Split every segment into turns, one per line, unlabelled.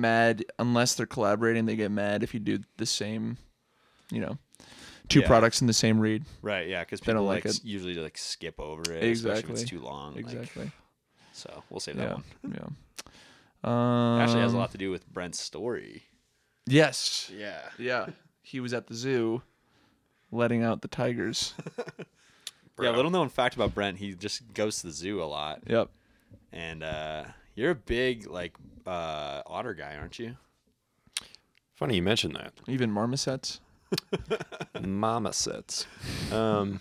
mad unless they're collaborating. They get mad if you do the same, you know, two
Yeah.
products in the same read.
Right, yeah, because
They don't
people
like
like,
it.
s- usually like skip over it, especially if it's
Exactly.
too long. like-
Exactly.
so we'll save that
yeah.
one.
yeah. Um,
Actually, has a lot to do with Brent's story.
Yes.
Yeah,
Yeah. He was at the zoo, letting out the tigers.
yeah. Little known fact about Brent, he just goes to the zoo a lot,
Yep.
and uh, you're a big like uh, otter guy, aren't you?
Funny you mentioned that.
Even marmosets.
Mama sets. Um,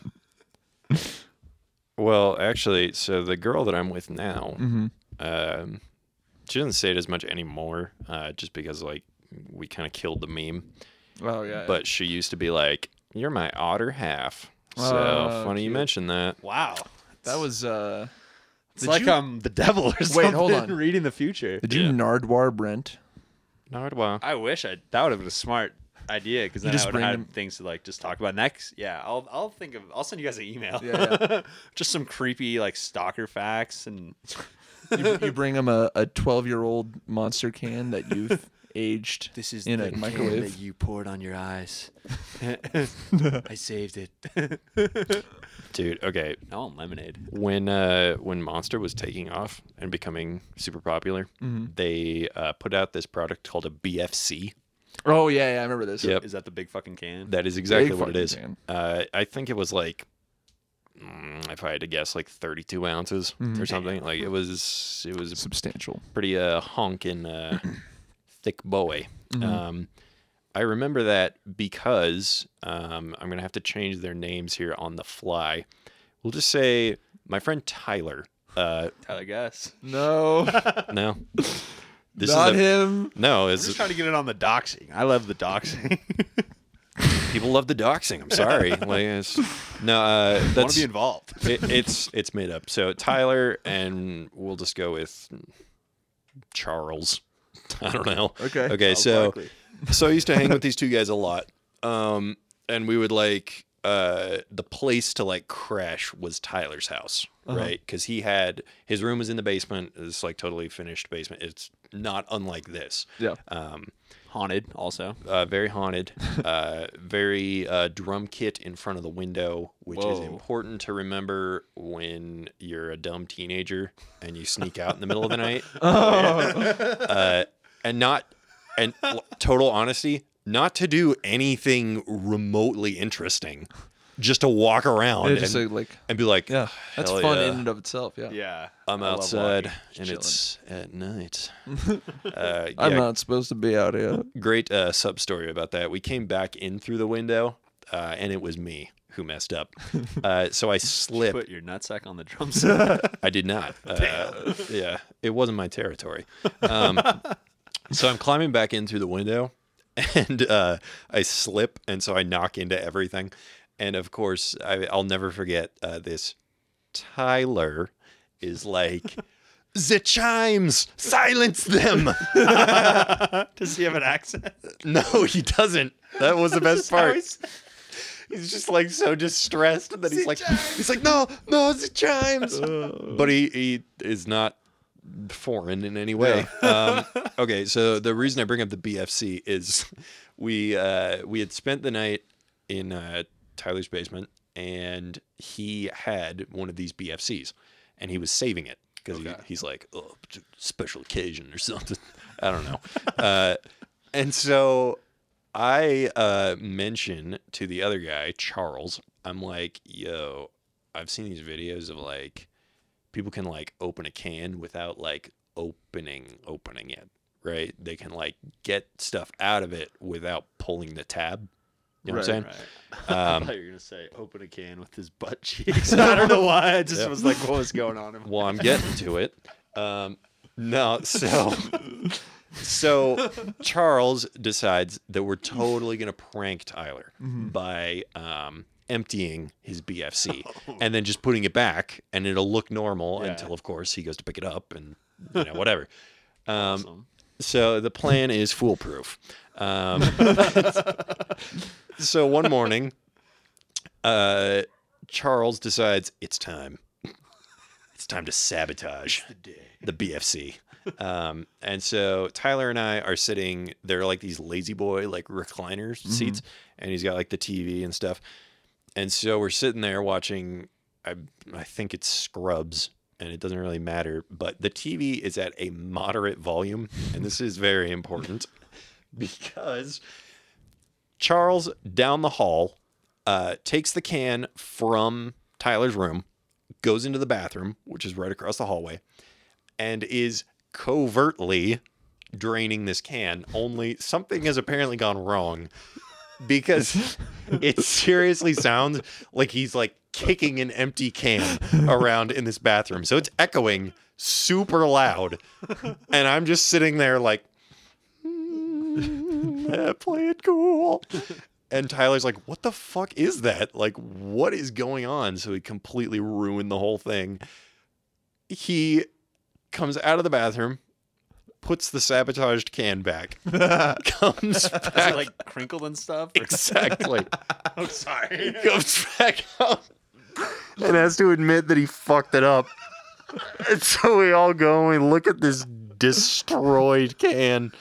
well, actually, so the girl that I'm with now,
Mm-hmm.
um, she doesn't say it as much anymore, uh, just because like we kind of killed the meme.
Oh yeah.
But she used to be like, "You're my otter half." So
Oh,
funny you
cute.
mentioned that.
Wow,
that was uh.
it's like
you-
I'm the devil or something.
Wait, hold on.
Reading the future.
Did you
Yeah.
Nardwar Brent?
Nardwa.
I wish I that would have been a smart idea because then
just
I would
bring
have
them-
had things to like just talk about next. Yeah, I'll I'll think of I'll send you guys an email.
Yeah,
just some creepy like stalker facts and
you, you bring him a a twelve year old monster can that you've aged in a microwave.
you poured on your eyes. I saved it.
Dude, okay.
I want Oh, lemonade.
When uh, when Monster was taking off and becoming super popular,
Mm-hmm.
they uh, put out this product called a BFC.
Oh yeah, yeah, I remember this.
Yep.
Is that the big fucking can?
That is exactly
Big
what it
fucking
is.
can.
Uh, I think it was like, mm, if I had to guess, like 32 ounces
Mm-hmm.
or something. Like it was, it was a
Substantial.
pretty uh, honking uh, thick boy.
Mm-hmm.
Um, I remember that because um, I'm gonna have to change their names here on the fly. We'll just say my friend Tyler. Uh,
Tyler Gus.
No,
no, this
not
a-
him.
No,
I'm just
it's
trying to get it on the doxing. I love the doxing.
people love the doxing. I'm sorry. like, it's, no, uh,
I want
that's
to be involved.
it, it's it's made up. So Tyler and we'll just go with Charles. I don't know.
Okay.
Okay. so so I used to hang with these two guys a lot, um, and we would like uh, the place to like crash was Tyler's house, right? Because he had his room was in the basement. It's like totally finished basement. It's not unlike this.
Yeah.
Um,
Haunted also.
uh, very haunted, uh, very uh, drum kit in front of the window, which is
Whoa.
important to remember when you're a dumb teenager and you sneak out in the middle of the night.
Oh.
uh, and not, and l- total honesty, not to do anything remotely interesting, just to walk around
Yeah,
and,
just like, like
and be like,
yeah, that's
"Hell
fun
yeah,
in and of itself. Yeah.
Yeah.
I'm
I love
outside
walking.
and
chilling."
it's at night. uh,
I'm
yeah,
not supposed to be out here.
great uh, sub story about that. We came back in through the window, uh, and it was me who messed up. Uh, so I slipped.
Put your nutsack on the drum set.
I did not. Uh, yeah, it wasn't my territory. Um, so I'm climbing back in through the window, and uh, I slip, and so I knock into everything. And of course, I, I'll never forget uh, this. Tyler is like, the chimes, silence them.
Does he have an accent?
No, he doesn't. That was the best part. He's just like so distressed that he's like he's like no no it's the chimes. but he he is not foreign in any way. um, okay, so the reason I bring up the BFC is we uh, we had spent the night in uh, Tyler's basement and he had one of these BFCs and he was saving it because he's like oh t- special occasion or something. I don't know. uh, and so I uh, mention to the other guy, Charles, I'm like, yo, I've seen these videos of like people can like open a can without like opening opening it, right? They can like get stuff out of it without pulling the tab. You know what I'm saying? Um,
I thought you were gonna say open a can with his butt cheeks. I don't know why. I just was like, what was going on?
Well, I'm getting to it. Um, no, so so Charles decides that we're totally gonna prank Tyler by um, emptying his BFC and then just putting it back, and it'll look normal
Yeah.
until, of course, he goes to pick it up and you know whatever. Um,
Awesome.
so the plan is foolproof. Um, so one morning, uh, Charles decides it's time. It's It's time to sabotage
The day.
the BFC. Um, and so Tyler and I are sitting, they're like these lazy boy, like recliner seats, and he's got like the TV and stuff. And so we're sitting there watching, I, I think it's Scrubs, and it doesn't really matter, but the TV is at a moderate volume. And this is very important because Charles down the hall uh, takes the can from Tyler's room, goes into the bathroom, which is right across the hallway, and is covertly draining this can. Only something has apparently gone wrong because it seriously sounds like he's like kicking an empty can around in this bathroom. So it's echoing super loud. And I'm just sitting there like, "Mm, eh, play it cool. And Tyler's like, what the fuck is that? Like, what is going on? So he completely ruined the whole thing. He comes out of the bathroom, puts the sabotaged can back, comes
Is
back
it like crinkled and stuff? Or-
Exactly.
I'm sorry.
Comes back out and has to admit that he fucked it up. And so we all go and we look at this destroyed can.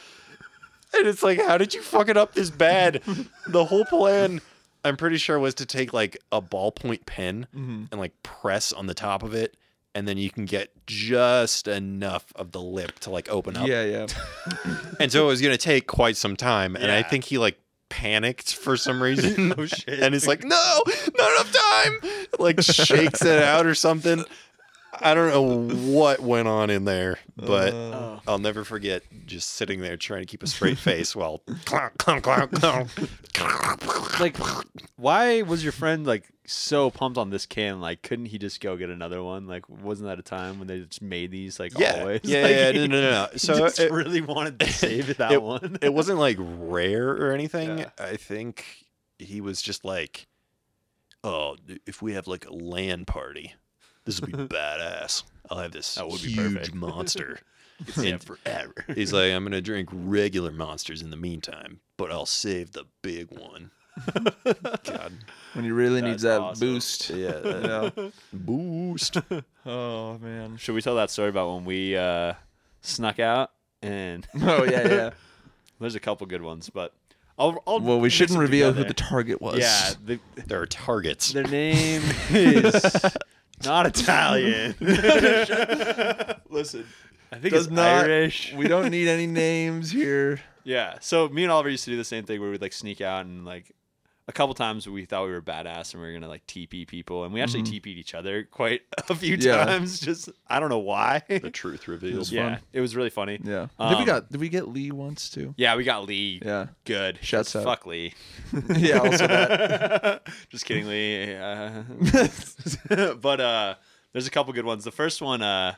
And it's like, how did you fuck it up this bad? The whole plan, I'm pretty sure, was to take like a ballpoint pen and like press on the top of it. And then you can get just enough of the lip to like open up.
Yeah, yeah.
And so it was going to take quite some time. And I
Yeah.
think he like panicked for some reason.
Oh shit.
and it's like, no, not enough time. Like shakes it out or something. I don't know what went on in there, but
Uh,
Oh.
I'll never forget just sitting there trying to keep a straight face while clonk, clonk, clonk, clonk.
like why was your friend like so pumped on this can like couldn't he just go get another one like wasn't that a time when they just made these like
Yeah,
always
yeah,
Like,
yeah,
he
no, no, no. no. So
just
it,
really wanted to save that
it-
one
it wasn't like rare or anything.
Yeah.
I think he was just like, "Oh, if we have like a land party, this would be badass. I'll have this
That would be
huge
perfect."
monster."
yeah
And
forever
he's like, "I'm gonna drink regular monsters in the meantime, but I'll save the big one." God,
When he really needs
That's
that
awesome.
boost.
yeah, that-
Yeah.
boost.
Oh man.
should we tell that story about when we uh snuck out and
Oh yeah, yeah.
there's a couple good ones but I'll, I'll
Well, we
mix
shouldn't
them
reveal who
together.
the target was.
yeah the,
There are targets.
their name is not Italian
Listen,
I think
does
it's
not.
Irish
We don't need any names here.
Yeah. So me and Oliver used to do the same thing where we'd like sneak out and like a couple times we thought we were badass and we were gonna like TP people and we actually TP'd each other quite a few
Mm-hmm. Yeah.
times. Just I don't know why.
the truth reveals.
yeah,
fun.
it was really funny. Yeah.
Yeah. did we
Um,
got? Did we get Lee once too?
we got Lee.
Yeah.
Good.
Shouts out.
Fuck Lee.
yeah. Also that.
Just kidding, Lee. Uh, but uh, there's a couple good ones. The first one, uh,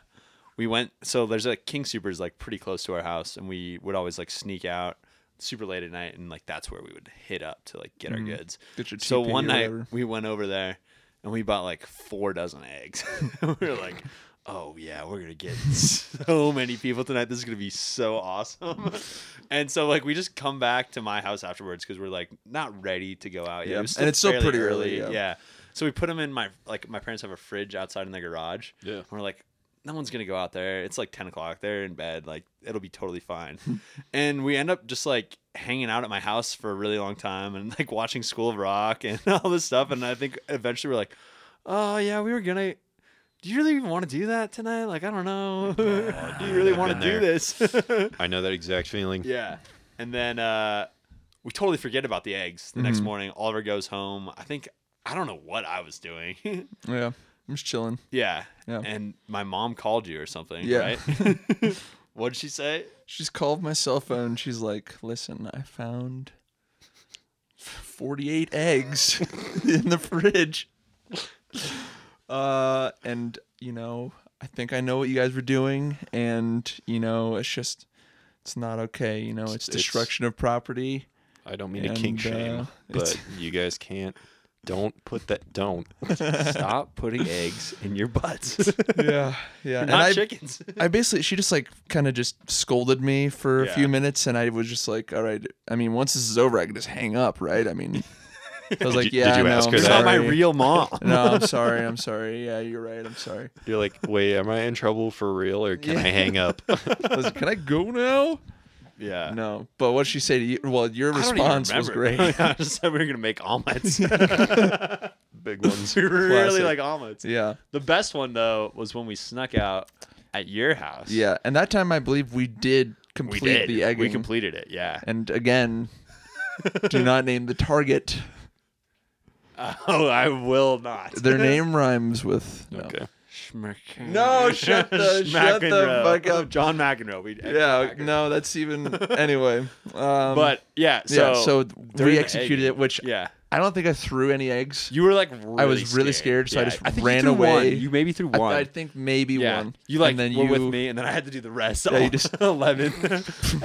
we went. So there's a King Supers like pretty close to our house, and we would always like sneak out super late at night, and like that's where we would hit up to like get
Mm-hmm.
our goods.
Get your
so
TP
one
or
night
whatever.
we went over there, and we bought like four dozen eggs. we were like. Oh yeah, we're gonna get so many people tonight. This is gonna be so awesome. and so like we just come back to my house afterwards because we're like not ready to go out yet.
Yeah.
It was
And it's still
fairly
pretty early, yeah.
So we put them in my like my parents have a fridge outside in the garage.
Yeah.
And we're like, no one's gonna go out there. It's like ten o'clock. They're in bed. Like it'll be totally fine. and we end up just like hanging out at my house for a really long time and like watching School of Rock and all this stuff. And I think eventually we're like, oh yeah, we were gonna. Do you really even want to do that tonight? Like I don't know. do you really
I've
want to
been
do
there.
this?
I know that exact feeling.
Yeah. And then uh, we totally forget about the eggs. The
Mm-hmm.
next morning, Oliver goes home. I think I don't know what I was doing.
Yeah. I'm just chilling.
yeah.
Yeah.
And my mom called you or something,
Yeah.
right? what did she say?
She's called my cell phone. She's like, "Listen, I found 48 eggs in the fridge." Uh, and you know, I think I know what you guys were doing, and you know, it's just, it's not okay. You know, it's,
it's-
destruction of property.
I don't mean to kink
And, uh,
shame,
it's-
but you guys can't. Don't put that. Don't.
Stop putting eggs in your butts.
Yeah, yeah.
Not
and I,
chickens.
I basically, she just like kind of just scolded me for a
Yeah.
few minutes, and I was just like, "All right." I mean, once this is over, I can just hang up, right? I mean, I was like,
you-
yeah,
did you
no,
ask her
I'm
You're
that?
not my
sorry.
real mom.
No, I'm sorry. I'm sorry. Yeah, you're right. I'm sorry.
You're like, wait, am I in trouble for real or can I hang up?
I was like, Can I go now?
Yeah.
No. But what she say to you? Well, your
I don't even
response was
remember.
great.
I just said we were gonna make omelets.
Big ones.
we really
Classic.
like omelets.
yeah.
The best one though was when we snuck out at your house.
Yeah. And that time, I believe we did
we
complete
did.
the egging.
we completed it. Yeah.
and again, do not name the target.
Oh, I will not.
Their name rhymes with. No.
Okay.
Schmerkin-
No, shut the- shut the
Schmackenroe.
fuck up.
John McEnroe. We
Yeah. No, that's even. Anyway. Um,
But yeah, so
yeah. So
during
we
the
executed
egging-
it, which
yeah.
I don't think I threw any eggs.
You were like really
I was really scared, so I just
think you
ran
threw
away.
one. You maybe threw
I,
one.
I think maybe
yeah.
one.
You like
and then
were
you,
with me, and then I had to do the rest.
Yeah, you
all
just-
eleven.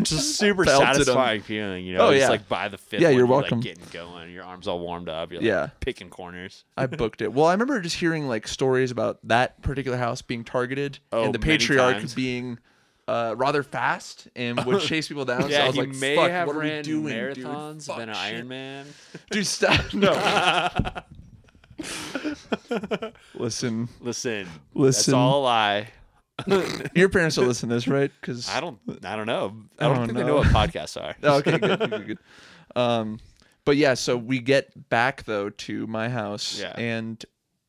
just super
Belted 'em.
satisfying feeling, you know.
Oh,
It's
yeah.
like by the fifth.
Yeah,
one,
you're
like,
welcome.
getting going, your arms all warmed up. You're like
Yeah.
picking corners.
I booked it. Well, I remember just hearing like stories about that particular house being targeted
Oh,
and the
many
patriarch
times.
being uh, rather fast and would chase people down. so I
yeah,
was
he
like,
may
"Fuck,
have
what are
ran
we doing,
marathons,
dude? Fuck
been an
shit."
Ironman.
Dude, stop! No. Listen,
Listen,
Listen.
that's all a lie.
your parents will listen to this, right? Because
I don't. I don't know. I don't,
don't
think they know
know.
what podcasts are.
Oh, okay, good, good, good, good. Um, but yeah, so we get back though to my house,
Yeah.
and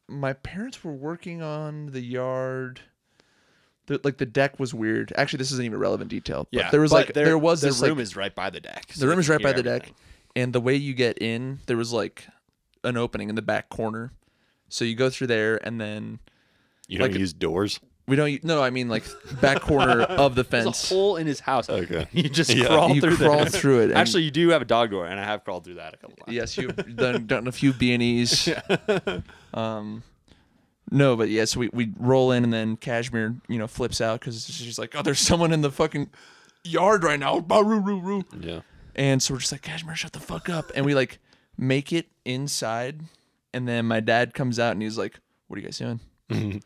my parents were working on the yard. The, like the deck was weird. Actually, this isn't even relevant detail. But
Yeah,
there was
but
like there was
the
this
room
like
is right by the deck. so
the room
they
is
can
right by
hear
the deck,
everything.
and the way you get in, there was like an opening in the back corner. So you go through there, and then
You don't
Like-
use doors?
we don't. No, I mean like back corner of the fence.
There's a hole in his house.
Okay.
You just
Yeah.
crawl
you
through
crawl
there.
through it. and-
Actually, you do have a dog door, and I have crawled through that a couple times.
Yes, you've done, done a few B and E's. Um, no, but yes, we we roll in and then Cashmere, you know, flips out because she's like, "Oh, there's someone in the fucking yard right now." Bah, roo, roo, roo.
Yeah.
And so we're just like, "Cashmere, shut the fuck up!" And we like make it inside, and then my dad comes out and he's like, "What are you guys doing?"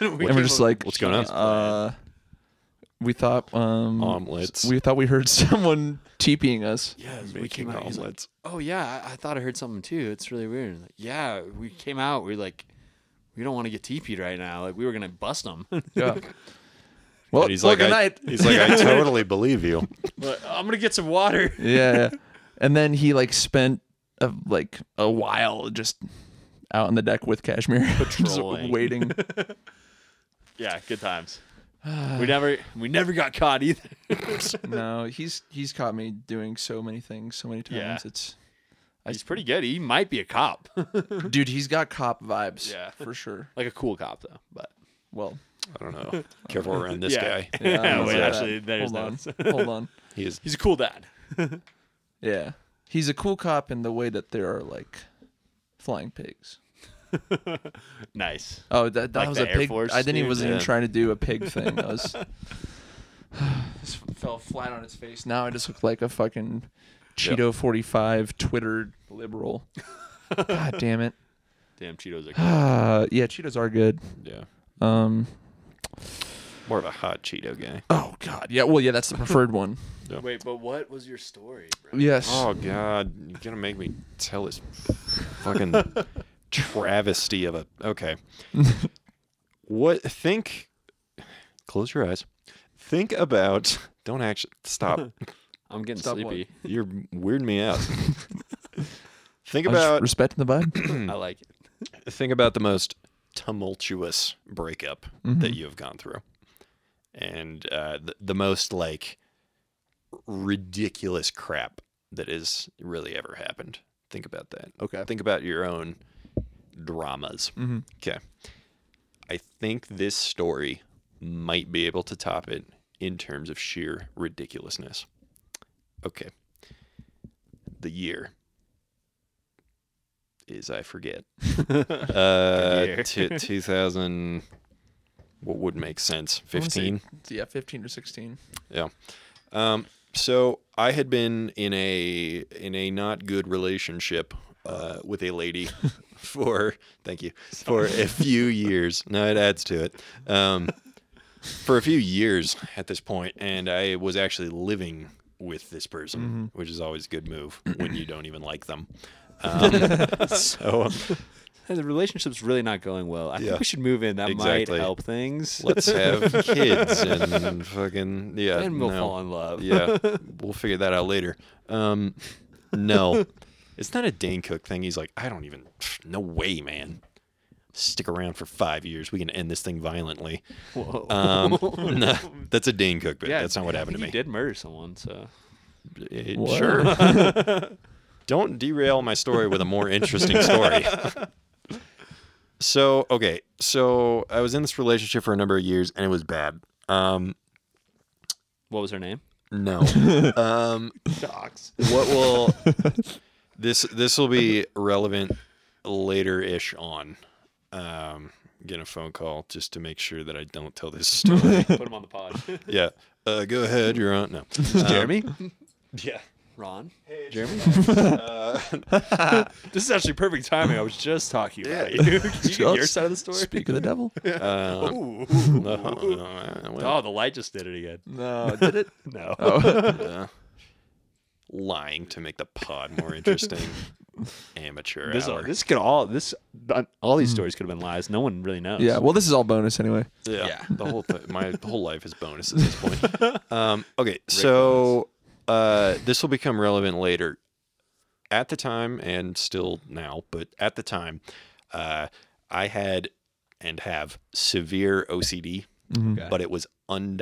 and we're just like,
Mm-hmm. What's going on?
Uh, we thought
Mm.
um,
Omelets.
We thought we heard someone teepeeing us.
yeah, we
Making
came out. He's like,
omelets.
oh yeah, I, I thought I heard something too. It's really weird. Like, yeah, we came out. We are like, we don't want to get teepeed right now. Like we were gonna bust them.
Yeah. Well,
And he's
well,
like,
good
I,
night.
he's like, I totally believe you.
but I'm gonna get some water.
yeah, yeah. And then he like spent a, like a while just out on the deck with Cashmere, just
Patrolling.
waiting.
Yeah, good times. we never, we never got caught either.
no, he's he's caught me doing so many things so many times.
Yeah.
It's
He's pretty good. He might be a cop,
dude, he's got cop vibes.
Yeah.
for sure.
like a cool cop though. But
Well,
I don't know. Careful around this
yeah.
guy.
yeah, I don't
wait,
know about
actually,
that.
there's
hold
no.
on, hold on.
He is
He's a cool dad.
Yeah, he's a cool cop in the way that there are like flying pigs.
Nice.
Oh, that, that
Like
was
the
a
Air
pig.
Force,
I didn't even
dude?
wasn't even
Yeah.
trying to do a pig thing. I was just fell flat on its face. Now I just look like a fucking
Yep.
Cheeto forty five Twitter liberal. God damn it.
Damn, Cheetos are
Uh, yeah, Cheetos are good.
yeah.
Um.
more of a hot Cheeto guy.
Oh God. Yeah. Well, yeah. That's the preferred one.
Wait, but what was your story, bro?
Yes.
Oh God, you're gonna make me tell this fucking travesty of a. Okay. what? Think. Close your eyes. Think about. Don't actually stop.
I'm getting
Stop what?
sleepy.
You're weirding me out. think
I was
about.
respecting the vibe.
I like it.
think about the most tumultuous breakup that you have gone through and uh, the, the most like ridiculous crap that has really ever happened think about that
Okay.
think about your own dramas
Mm-hmm.
okay i think this story might be able to top it in terms of sheer ridiculousness okay the year is i forget uh,
year.
t- 2000 what would make sense
I wanna say-
15
Yeah, fifteen or sixteen.
yeah um, so i had been in a in a not good relationship uh, with a lady for thank you for a few years no it adds to it um, for a few years at this point and i was actually living with this person,
Mm-hmm.
which is always a good move when you don't even like them. Um, so
Hey, the relationship's really not going well. I
Yeah.
think we should move in. That
Exactly.
might help things.
let's have kids and fucking yeah.
and we'll
no.
fall in love.
yeah, we'll figure that out later. Um, no, it's not a Dane Cook thing. He's like, I don't even, pff, no way, man. Stick around for five years. We can end this thing violently.
Whoa.
Um, no, that's a Dane Cook bit.
Yeah,
that's not what
I
happened to
think
me.
He did murder someone, so
Eh,
What?
sure. Don't derail my story with a more interesting story. so, okay. So, I was in this relationship for a number of years and it was bad. Um,
what was her name?
no. um,
Docs.
what will this this will be relevant later ish on um get a phone call just to make sure that i don't tell this story
Put him on the pod.
yeah uh, go ahead you're on no
Jeremy?
yeah
Ron? Jeremy? this is actually perfect timing. I was just talking about you. Can you get your side of the story?
Speak of the devil.
Uh,
Ooh.
um, well,
Oh, the light just did it again.
No, did it? Oh,
No.
uh, lying to make the pod more interesting amateur
This, uh,
hour.
this could all this all
Hmm.
these stories could have been lies. No one really knows.
Yeah. Well, this is all bonus anyway.
Yeah, the whole th- my whole life is bonus at this point. Um, okay, so uh, this will become relevant later. At the time, and still now, but at the time, uh, I had and have severe OCD,
Mm-hmm.
Okay.
but it was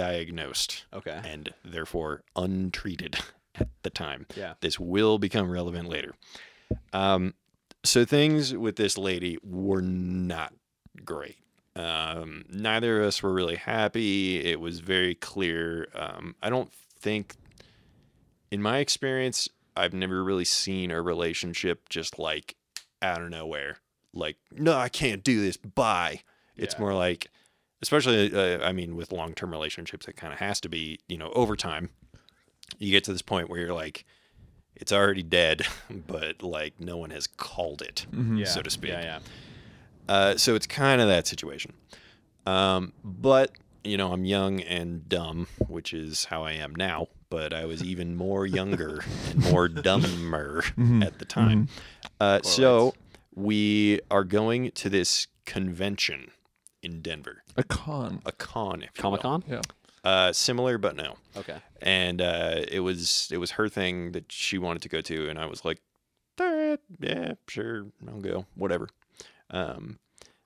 undiagnosed
Okay.
and therefore untreated at the time.
Yeah.
This will become relevant later. Um, so things with this lady were not great. Um, neither of us were really happy. It was very clear. Um, I don't think, in my experience, I've never really seen a relationship just like out of nowhere. Like, no, I can't do this. Bye. It's
Yeah.
more like, especially, uh, I mean, with long term relationships, it kind of has to be, you know, over time. You get to this point where you're like, it's already dead, but like no one has called it, Hmm. so to speak.
Mm-hmm. Yeah, yeah.
Uh, so it's kind of that situation. Um, but, you know, I'm young and dumb, which is how I am now, but I was even more younger and more dumber at the time. Uh, so we are going to this convention in Denver,
A con.
a con, if you will.
Comic Con?
Yeah.
Uh, similar, but no
Okay.
and uh, it was it was her thing that she wanted to go to, and I was like, "Alright, yeah, sure, I'll go, whatever. Um,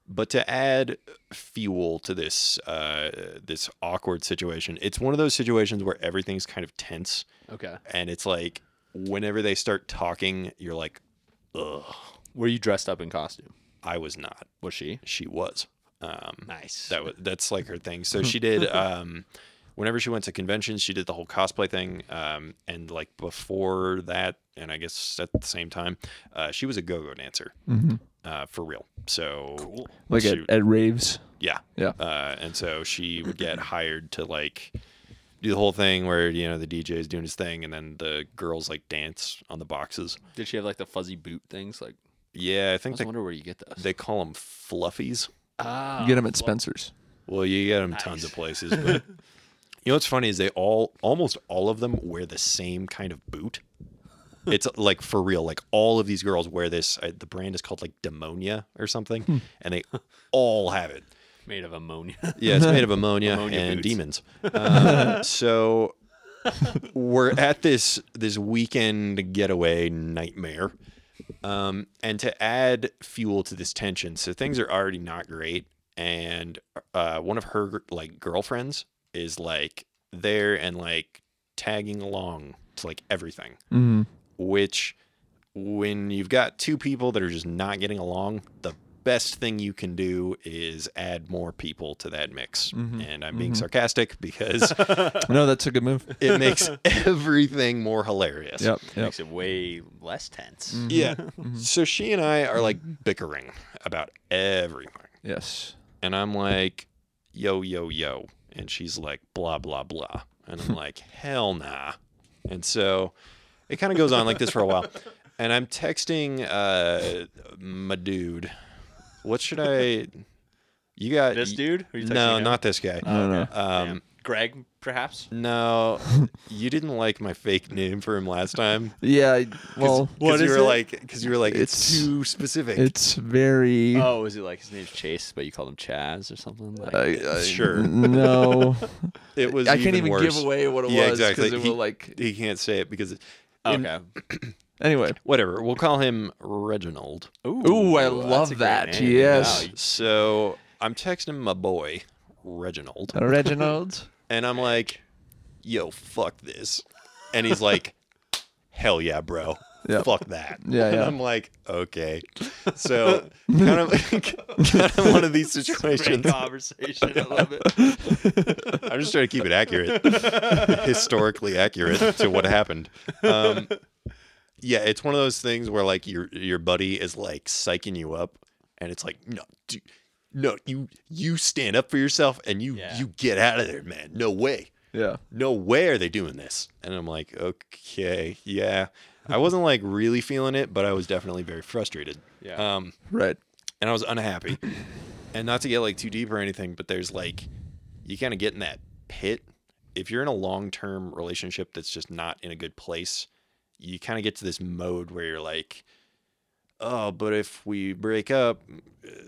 but to add fuel to this uh, this awkward situation, it's one of those situations where everything's kind of tense,
Okay.
and it's like whenever they start talking, you're like, "Ugh,
Were you dressed up in costume?
I was not,
Was she?
she was." Um,
Nice.
that was that's like her thing. So she did um whenever she went to conventions, she did the whole cosplay thing. Um and like before that, and I guess at the same time, uh she was a go-go dancer. Uh for real. So
Like at,
she-
at raves.
yeah.
Yeah.
Uh, and so she would get hired to like do the whole thing where you know the DJ is doing his thing and then the girls like dance on the boxes.
Did she have like the fuzzy boot things? Like,
Yeah, I
I
think
was
they,
wonder where you get those.
they call them fluffies. Oh,
Ah,
You get them at Spencer's.
Well, you get them tons of places, but you know what's funny is they all, almost all of them, wear the same kind of boot. It's like for real. Like all of these girls wear this. Uh, the brand is called like Demonia or something, and they all have it.
made of ammonia.
Yeah, it's made of ammonia,
Ammonia
and
boots.
demons. Uh, so we're at this this weekend getaway nightmare. Um, and to add fuel to this tension, so things are already not great. And uh, one of her like girlfriends is like there and like tagging along to like everything,
Mm-hmm.
which when you've got two people that are just not getting along, the best thing you can do is add more people to that mix. And I'm being sarcastic because
No, that's a good move.
it makes everything more hilarious.
Yep. Yep.
Makes it way less tense.
Yeah. So she and I are like bickering about everything.
Yes.
And I'm like, yo, yo, yo. And she's like, blah, blah, blah. And I'm like, hell nah. And so it kind of goes on like this for a while. And I'm texting uh, my dude. What should I? You got
This dude? Who you texting Oh, now?
No, not this guy.
I don't know.
Um,
Greg, perhaps.
No, you didn't like my fake name for him last time.
Yeah. I- Well,
Because you
is
were
it?
like, because you were like, it's,
It's-
too specific.
it's very.
Oh, is it like his name's Chase, but you called him Chaz or something? Like,
I- I-
sure.
No.
it was.
I can't even
worse.
give away what it
Yeah,
was
exactly.
it
He-
will like.
He can't say it because, in-
okay.
Anyway.
whatever. We'll call him Reginald.
Ooh, I
that's a
love
great
that.
name.
Yes.
So I'm texting my boy Reginald,
Reginald.
and I'm like, "Yo, fuck this," and he's like, "Hell yeah, bro."
Yeah.
Fuck that.
Yeah,
And
yeah.
I'm like, okay. So kind of, kind of one of these
Great
situations.
conversation. I love it.
I'm just trying to keep it accurate, historically accurate to what happened. Um, yeah, it's one of those things where like your your buddy is like psyching you up, and it's like no, dude, no, you you stand up for yourself and you
Yeah.
you get out of there, man. No way,
Yeah.
no way are they doing this. And I'm like, okay, yeah. I wasn't like really feeling it, but I was definitely very frustrated.
Yeah.
Um,
Right.
and I was unhappy. and not to get like too deep or anything, but there's like you kind of get in that pit. If you're in a long-term relationship that's just not in a good place, you kind of get to this mode where you're like, "Oh, but if we break up,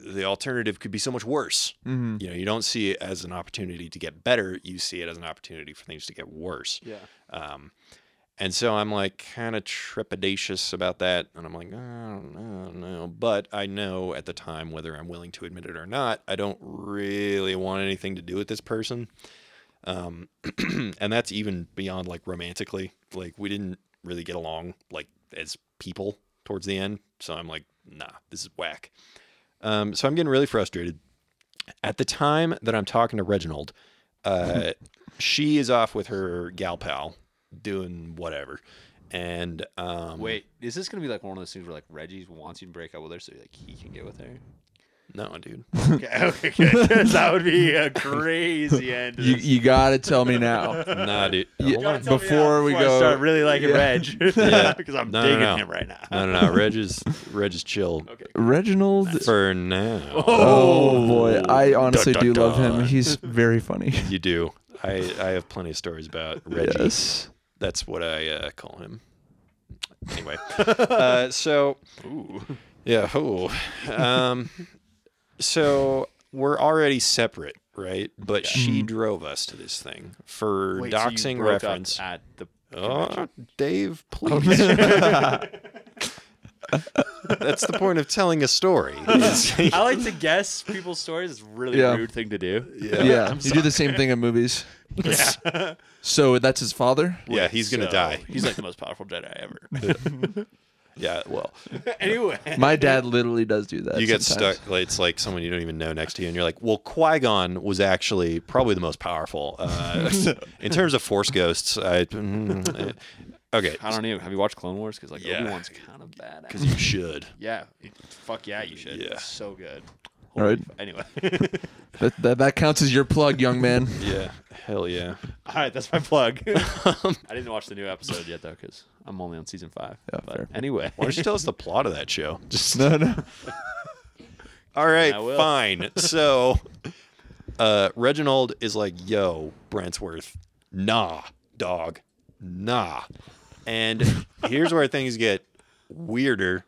the alternative could be so much worse."
Mm-hmm.
You know, you don't see it as an opportunity to get better, you see it as an opportunity for things to get worse.
Yeah.
Um, and so I'm like kind of trepidatious about that. And I'm like, I don't know, I don't know. But I know at the time, whether I'm willing to admit it or not, I don't really want anything to do with this person. Um, and that's even beyond like romantically. Like, we didn't really get along like as people towards the end. So I'm like, nah, this is whack. Um, so I'm getting really frustrated. At the time that I'm talking to Reginald, uh, she is off with her gal pal doing whatever. And um,
Wait, is this gonna be like one of those things where like Reggie wants you to break up with her so like he can get with her?
no, dude.
Okay, okay, good. 'Cause that would be a crazy end. to
You
this.
you gotta tell me now.
Nah, dude.
You
Hold
gotta
on.
tell me before we
I
go-
start really liking
Yeah.
Reg
Yeah.
because I'm
No, no,
digging
no.
him right now.
No, no, no. Reg is Reg is chill
Okay.
Reginald.
for now.
Oh, boy, I honestly
Dun,
do
dun,
love him.
dun.
He's very funny.
You do. I I have plenty of stories about Reggie.
Yes.
That's what I uh, call him. Anyway, uh, so yeah, oh, um, so we're already separate, right? But she
Mm-hmm.
drove us to this thing for
Wait, so you
doxing
broke up
reference.
at the
Oh, Dave,
Oh,
please. That's the point of telling a story. is-
I like to guess people's stories. It's a really
Yeah.
rude thing to do.
Yeah. You do the same thing in movies.
Yeah.
So that's his father.
yeah, he's gonna
So,
die.
He's like the most powerful Jedi ever.
Yeah, well,
anyway,
My dad literally does do that.
you get
sometimes.
stuck. Like, it's like someone you don't even know next to you, and you're like, "Well, Qui Gon was actually probably the most powerful uh, in terms of Force ghosts." I, mm, eh. okay,
I don't even. Have you watched Clone Wars? Because like
Yeah.
Obi Wan's kind of bad.
because you should.
yeah, fuck yeah, you should.
Yeah.
It's so good.
All right.
Holy f- Anyway,
That, that, that counts as your plug, young man.
Yeah, hell yeah.
all right, that's my plug. I
Um,
didn't watch the new episode yet though, because I'm only on season five.
Yeah,
but
fair.
anyway,
Why don't you tell us the plot of that show? Just
No, no.
All right,
I will.
fine. So, uh, Reginald is like, "Yo, Brentworth, nah, dog, nah." And here's where things get weirder.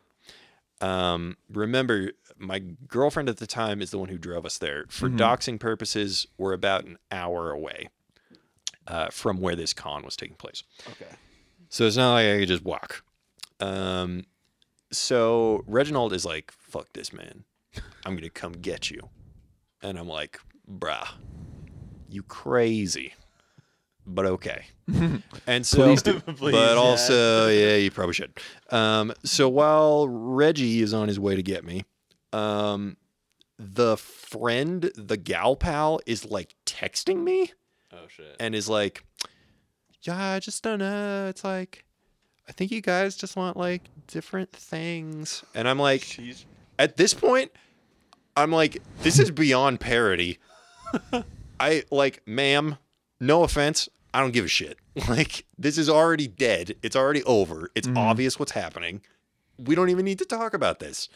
Um, remember, my girlfriend at the time is the one who drove us there. For
Mm-hmm.
doxing purposes, we're about an hour away uh, from where this con was taking place.
okay.
So it's not like I could just walk. Um, so Reginald is like, fuck this, man. I'm going to come get you. And I'm like, bruh, you crazy. But okay. and so,
Please do.
Please,
but
yeah.
also, yeah, you probably should. Um, so while Reggie is on his way to get me, um, the friend, the gal pal, is like texting me
Oh shit.
and is like, yeah, I just don't know. It's like, I think you guys just want like different things. And I'm like,
She's
at this point, I'm like, this is beyond parody. I like, ma'am, no offense. I don't give a shit. Like, this is already dead. It's already over. It's obvious what's happening. We don't even need to talk about this.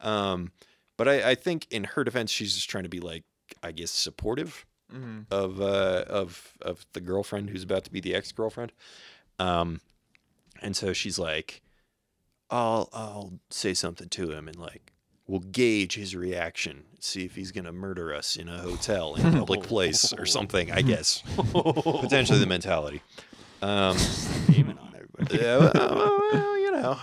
Um, but I, I think in her defense, she's just trying to be like, I guess, supportive of uh, of of the girlfriend who's about to be the ex girlfriend, um, and so she's like, "I'll I'll say something to him and like we'll gauge his reaction, see if he's gonna murder us in a hotel in a public place or something." I guess potentially the mentality. Um,
Aiming on everybody.
yeah, well, well, well, you know,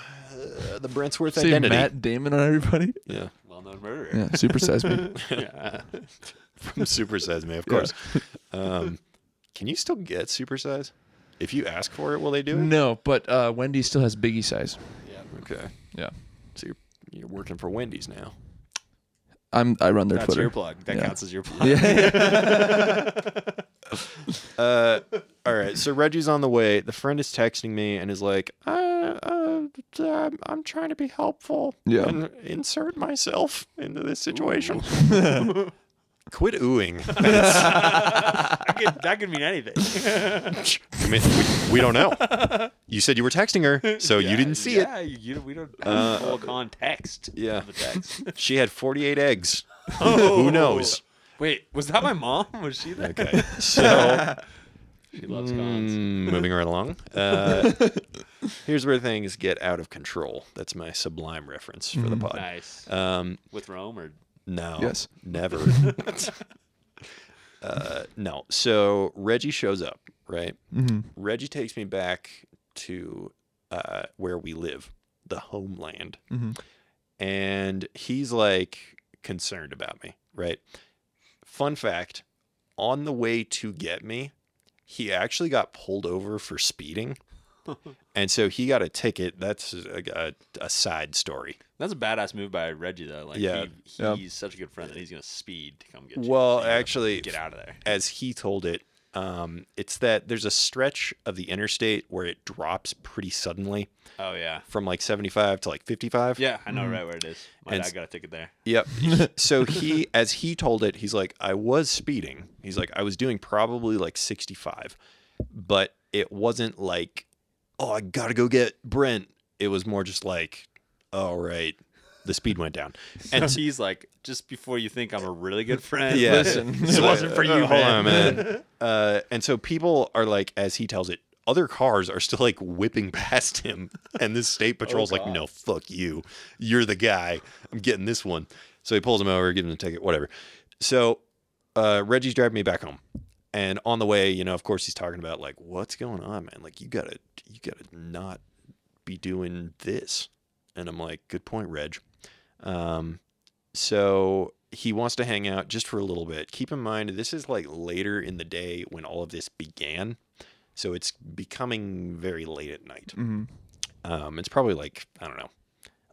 uh, the Brentsworth
Say
identity.
Matt Damon on everybody.
Yeah.
Well known murderer.
Yeah, supersize me.
from Super Size Me, of course. Um, can you still get Super Size? If you ask for it, will they do it?
No, but uh, Wendy still has Biggie size.
Okay.
Yeah,
So you're, you're working for Wendy's now.
I'm. I run their
That's
Twitter.
your plug. That
Yeah.
counts as your plug.
Yeah,
Uh, all right. So Reggie's on the way. The friend is texting me and is like, uh, uh, I'm, I'm trying to be helpful.
Yeah.
And insert myself into this situation. Quit oohing.
That, could, that could mean anything.
I mean, we, we don't know. You said you were texting her, so you didn't see it.
yeah, you- you, we don't have
Uh,
full context
yeah.
of the text.
She had 48 eggs.
Oh.
Who knows?
Wait, was that my mom? Was she there?
Okay. So.
She loves cons.
Mm, moving right along. Uh, here's where things get out of control. That's my sublime reference for the pod.
Mm. Nice.
Um,
With Rome or
no.
Yes.
Never. uh, no. So Reggie shows up, right?
Mm-hmm.
Reggie takes me back to uh, where we live, the homeland. And he's like concerned about me, right? Fun fact on the way to get me, he actually got pulled over for speeding. and so he got a ticket. That's a, a, a side story.
That's a badass move by Reggie though. Like
Yeah.
he,
Yeah.
he's such a good friend that he's gonna speed to come get you.
Well,
So you gotta
actually,
get out of there.
as he told it, um, it's that there's a stretch of the interstate where it drops pretty suddenly
Oh yeah,
from like 75 to like 55.
yeah, I know right where it is. My
Mm. And
dad
s-
got a ticket there.
Yep. so he, as he told it, he's like, I was speeding. He's like, I was doing probably like 65, but it wasn't like, oh, I gotta go get Brent. It was more just like, all right, the speed went down.
And he's like, just before you think I'm a really good friend,
Yeah.
listen, this wasn't for you,
Uh, hold
man.
on, man. Uh, and so people are like, as he tells it, other cars are still like whipping past him, and this state patrol's like, no, fuck you, you're the guy. I'm getting this one. So he pulls him over, gives him a ticket, whatever. So uh, Reggie's driving me back home, and on the way, you know, of course, he's talking about like, what's going on, man? Like, you gotta, you gotta not be doing this. And I'm like, good point, Reg. Um, so he wants to hang out just for a little bit. Keep in mind, this is like later in the day when all of this began. So it's becoming very late at night.
Mhm.
Um, it's probably like, I don't know,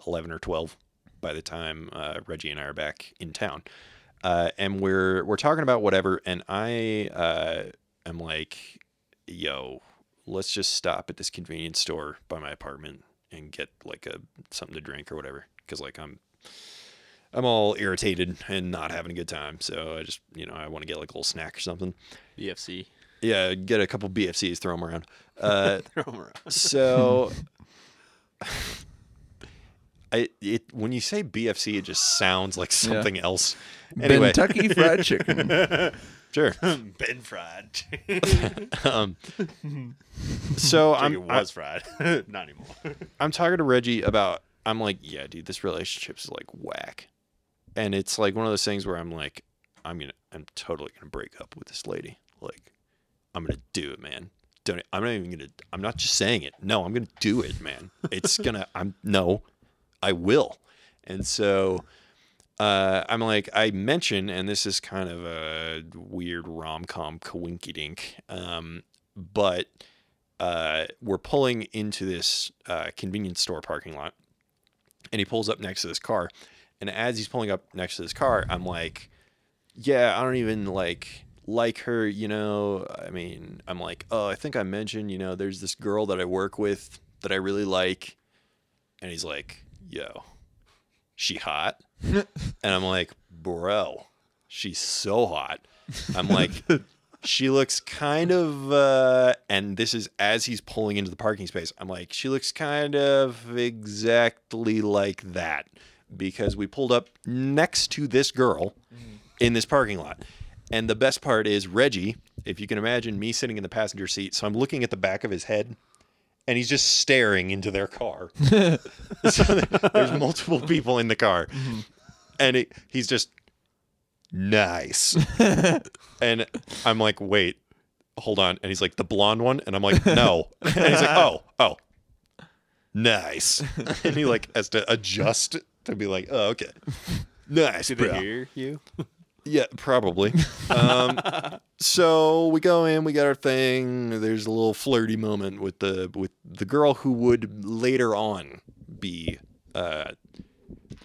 11 or 12 by the time uh, Reggie and I are back in town. Uh, and we're we're talking about whatever. And I uh, am like, yo, let's just stop at this convenience store by my apartment and get like a something to drink or whatever. Cause like I'm I'm all irritated and not having a good time. So I just, you know, I want to get like a little snack or something.
BFC.
Yeah, get a couple BFCs, throw them around. Uh,
Throw him around.
so I it when you say BFC, it just sounds like something else. Anyway,
Kentucky Fried Chicken.
sure.
Ben fried.
Um, so
i
I'm I,
was fried. Not anymore.
I'm talking to Reggie about. I'm like, yeah, dude, this relationship's like whack, and it's like one of those things where I'm like, I'm gonna, I'm totally gonna break up with this lady. Like, I'm gonna do it, man. Don't. I'm not even gonna. I'm not just saying it. No, I'm gonna do it, man. It's gonna. I'm no. I will. And so uh, I'm like, I mention, and this is kind of a weird rom com coinky dink, um, but uh, we're pulling into this uh, convenience store parking lot, and he pulls up next to this car. And as he's pulling up next to this car, I'm like, yeah, I don't even like like her, you know. I mean, I'm like, oh, I think I mentioned, you know, there's this girl that I work with that I really like. And he's like, yo, she hot? and I'm like, bro, she's so hot. I'm like, she looks kind of, uh, and this is as he's pulling into the parking space. I'm like, she looks kind of exactly like that because we pulled up next to this girl in this parking lot. And the best part is Reggie, if you can imagine me sitting in the passenger seat, so I'm looking at the back of his head and he's just staring into their car. so there- there's multiple people in the car. And it, he's just nice. and I'm like, "Wait, hold on." And he's like, "The blonde one?" And I'm like, "No." And he's like, "Oh, oh." Nice. and he like has to adjust to be like, "Oh, okay." Nice.
Did they
bro."
hear you?
Yeah, probably. um, so we go in, we got our thing. There's a little flirty moment with the with the girl who would later on be uh,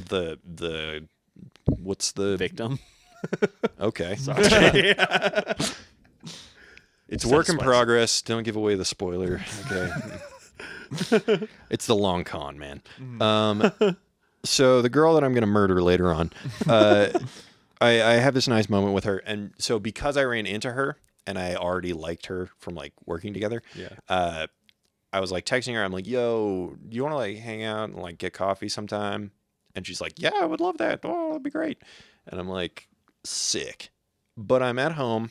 the the what's the
Victim.
okay?
yeah.
It's
Instead of
work in
spice.
progress. Don't give away the spoiler. Okay. it's the long con, man.
Mm.
Um, so the girl that I'm going to murder later on, uh, I, I have this nice moment with her, and so because I ran into her and I already liked her from like working together,
Yeah.
uh, I was like texting her. I'm like, "Yo, do you want to like hang out and like get coffee sometime?" And she's like, "Yeah, I would love that. Oh, that'd be great." And I'm like, "Sick," but I'm at home,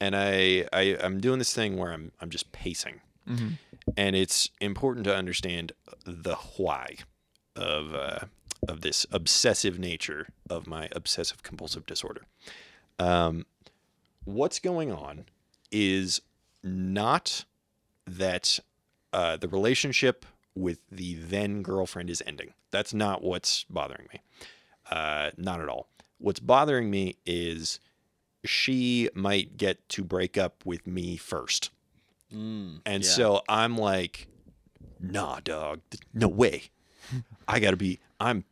and I, I I'm doing this thing where I'm I'm just pacing,
Mhm.
and it's important to understand the why of uh, of this obsessive nature of my obsessive compulsive disorder. Um, what's going on is not that uh, the relationship with the then girlfriend is ending. That's not what's bothering me. Uh, not at all. What's bothering me is she might get to break up with me first.
Mm,
And
yeah.
so I'm like, nah, dog, th- no way. I gotta be. I'm.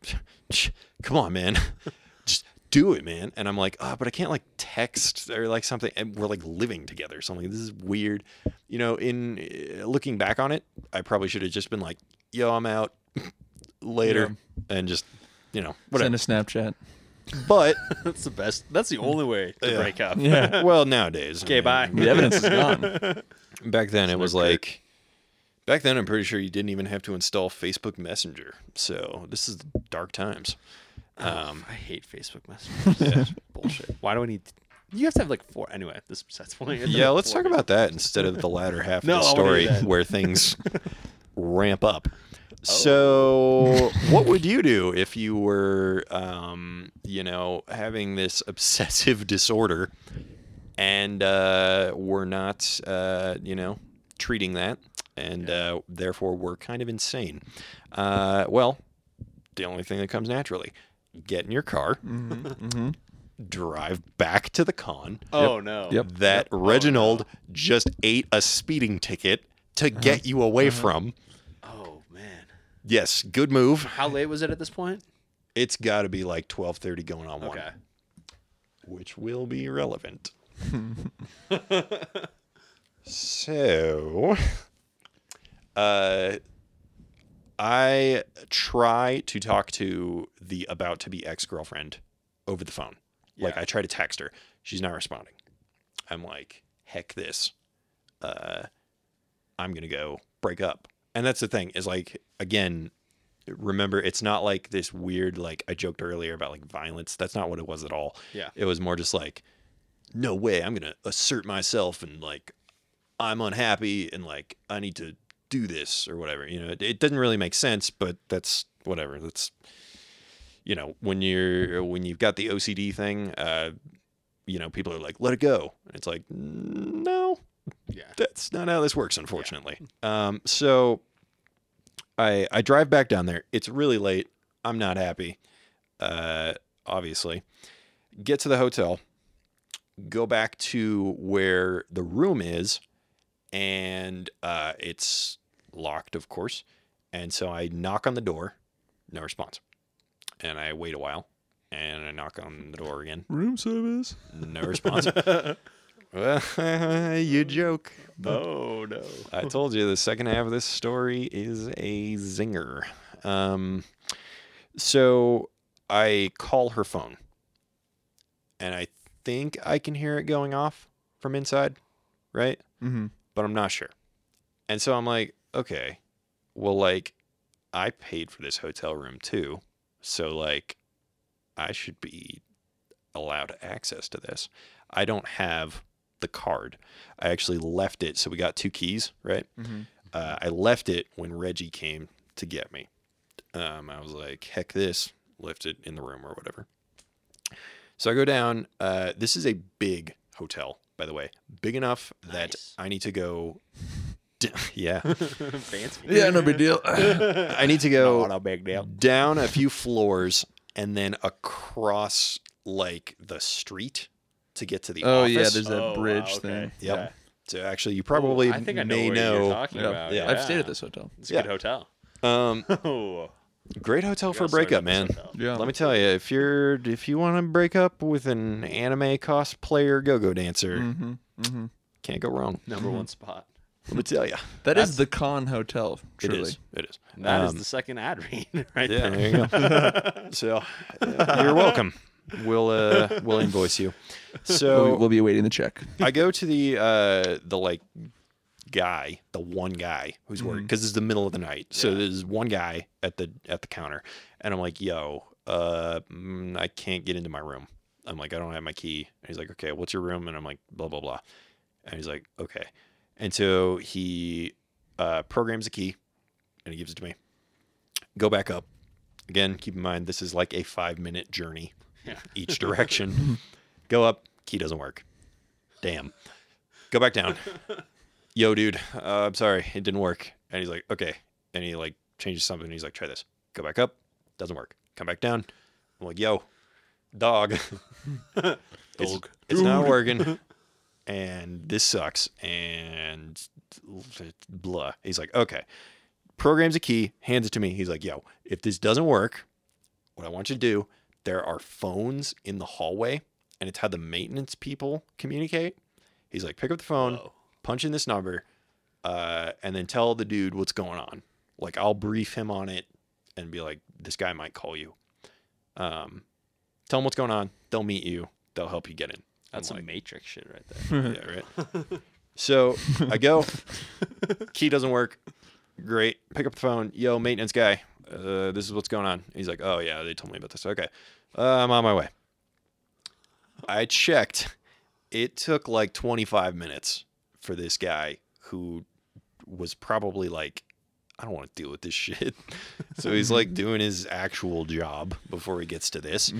Come on, man. Just do it, man. And I'm like, oh, but I can't like text or like something. And we're like living together, so I'm like, this is weird. You know, in uh, looking back on it, I probably should have just been like, yo, I'm out later, and just you know whatever.
Send a Snapchat.
But
that's the best. That's the only way to
Yeah.
break up.
Yeah.
well, nowadays,
Okay, bye.
The evidence is gone.
Back then, it was
no
like. Back then, I'm pretty sure you didn't even have to install Facebook Messenger. So this is dark times.
Um, I hate Facebook Messenger. Bullshit. Why do I need? You have to have like four. Anyway, this that's funny.
Yeah, let's talk about that instead of the latter half
No,
of the
I wanna hear
story
that. Oh.
where things ramp up. So, what would you do if you were, um, you know, having this obsessive disorder and uh, were not, uh, you know, treating that and uh, therefore were kind of insane? Uh, well, the only thing that comes naturally get in your car,
Mm-hmm,
drive back to the con.
Oh no.
Yep.
that Reginald just ate a speeding ticket to get you away from.
Oh man.
Yes, good move.
How late was it at this point?
It's got to be like 12:30 going on one,
Okay.
which will be relevant. so, uh I try to talk to the about to be ex-girlfriend over the phone. Like
Yeah.
I try to text her. She's not responding. I'm like, heck this. Uh I'm gonna go break up. And that's the thing, is like again, remember it's not like this weird, like I joked earlier about like violence. That's not what it was at all.
Yeah.
It was more just like, no way, I'm gonna assert myself and like I'm unhappy and like I need to do this or whatever. You know, it, it doesn't really make sense, but that's whatever. That's you know, when you're when you've got the OCD thing, uh, you know, people are like, let it go. And it's like, no,
Yeah.
that's not how this works, unfortunately. Um, so I I drive back down there. It's really late. I'm not happy. Uh, obviously, get to the hotel, go back to where the room is, and uh, it's locked, of course. And so I knock on the door, no response. And I wait a while, and I knock on the door again,
Room service.
no response. well, you joke.
Oh no.
I told you the second half of this story is a zinger. Um, so I call her phone, and I think I can hear it going off from inside, right?
Mm-hmm.
But I'm not sure. And so I'm like, okay, well, like, I paid for this hotel room too, so like, I should be allowed access to this. I don't have the card. I actually left it. So we got two keys, right?
Mm-hmm.
Uh, I left it when Reggie came to get me. Um, I was like, heck, this left it in the room or whatever. So I go down. Uh, this is a big hotel, by the way, big enough that
Nice.
I need to go. yeah,
Fancy.
Yeah, no big deal.
I need to go
Not a big deal.
down a few floors and then across like the street to get to the
oh
office.
yeah, there's that
Oh, wow,
bridge
okay.
thing.
Yep.
Yeah.
So actually, you probably
I think I know
may
what
know.
you're talking
Yeah.
about.
I've stayed at this hotel.
It's a
Yeah.
good hotel.
Um,
Oh,
great hotel for
gotta
a
start
breakup,
at this
man.
hotel.
Yeah.
Let me tell you, if you're if you want to break up with an anime cosplayer go-go dancer,
hmm hmm
can't go wrong.
number one spot.
Let me tell you,
That is the con hotel. Truly.
it is. It is.
That is
Um,
the second ad read right there.
Yeah, there you go. so uh, you're welcome. We'll uh, we'll invoice you. So
We'll, be- we'll be awaiting the check.
I go to the uh the like guy, the one guy who's working because it's the middle of the night. So there's one guy at the at the counter, and I'm like, "Yo, uh, mm, I can't get into my room." I'm like, "I don't have my key." And he's like, "Okay, what's your room?" And I'm like, "Blah blah blah," and he's like, "Okay," and so he uh, programs a key, and he gives it to me. Go back up. Again, keep in mind this is like a five minute journey
Yeah.
each direction. Go up, key doesn't work. Damn. Go back down. Yo, dude, uh, I'm sorry, it didn't work. And he's like, okay. And he like changes something. he's like, try this. Go back up, doesn't work. Come back down. I'm like, yo, dog. It's,
Dog.
it's not working. And this sucks. And blah. He's like, okay. Programs a key, hands it to me. He's like, yo, if this doesn't work, what I want you to do, there are phones in the hallway, and it's how the maintenance people communicate. He's like, pick up the phone,
Whoa.
punch in this number, uh, and then tell the dude what's going on. Like, I'll brief him on it and be like, this guy might call you. Um, tell him what's going on. They'll meet you. They'll help you get in.
That's some
I'm like,
Matrix shit right there.
yeah, right. Mm-hmm. So I go. Key doesn't work. Great. Pick up the phone. Yo, maintenance guy. Uh, this is what's going on. He's like, oh yeah, they told me about this. Okay, uh, I'm on my way. I checked. It took like 25 minutes for this guy who was probably like, I don't want to deal with this shit. so he's like doing his actual job before he gets to this.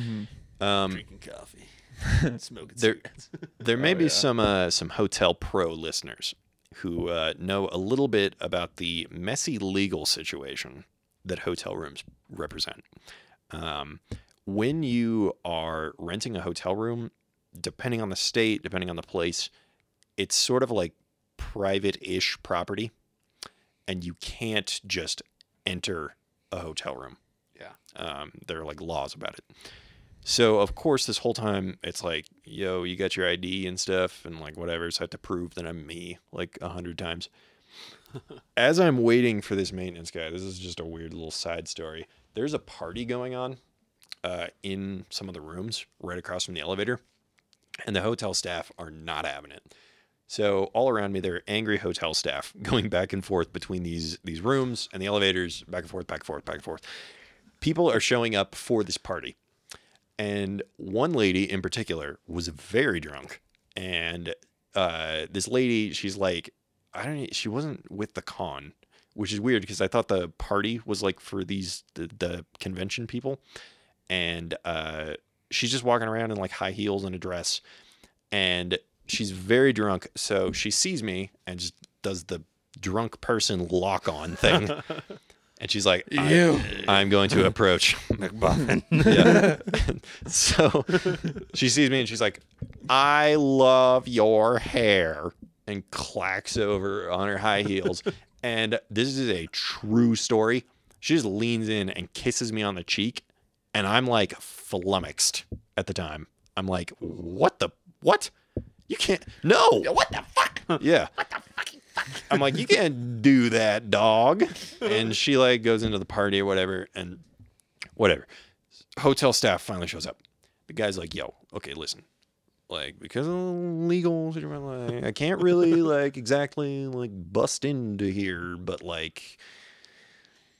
Um,
Drinking coffee, smoking
There-
cigarettes.
there may be some uh, some hotel pro listeners who uh, know a little bit about the messy legal situation that hotel rooms represent. Um, when you are renting a hotel room, depending on the state, depending on the place, it's sort of like private-ish property, and you can't just enter a hotel room.
Yeah.
Um, there are like laws about it. So of course, this whole time it's like, yo, you got your ID and stuff, and like whatever. So I have to prove that I'm me like a hundred times. As I'm waiting for this maintenance guy, this is just a weird little side story. There's a party going on uh, in some of the rooms right across from the elevator, and the hotel staff are not having it. So all around me, there are angry hotel staff going back and forth between these these rooms and the elevators, back and forth, back and forth, back and forth. People are showing up for this party. And one lady in particular was very drunk. And uh, this lady, she's like, I don't, e, she wasn't with the con, which is weird because I thought the party was like for these, the, the convention people. And uh, she's just walking around in like high heels and a dress. And she's very drunk. So she sees me and just does the drunk person lock on thing. and she's like, I-
Ew.
I'm going to approach.
McBuffin.
Yeah. so she sees me and she's like, I love your hair. And clacks over on her high heels. and this is a true story. She just leans in and kisses me on the cheek. And I'm like flummoxed at the time. I'm like, what the? What? You can't. No. What the fuck? Yeah. I'm like, you can't do that, dog. And she like goes into the party or whatever, and whatever. Hotel staff finally shows up. The guy's like, yo, okay, listen. Like, because of the legal situation, like, I can't really like exactly like bust into here, but like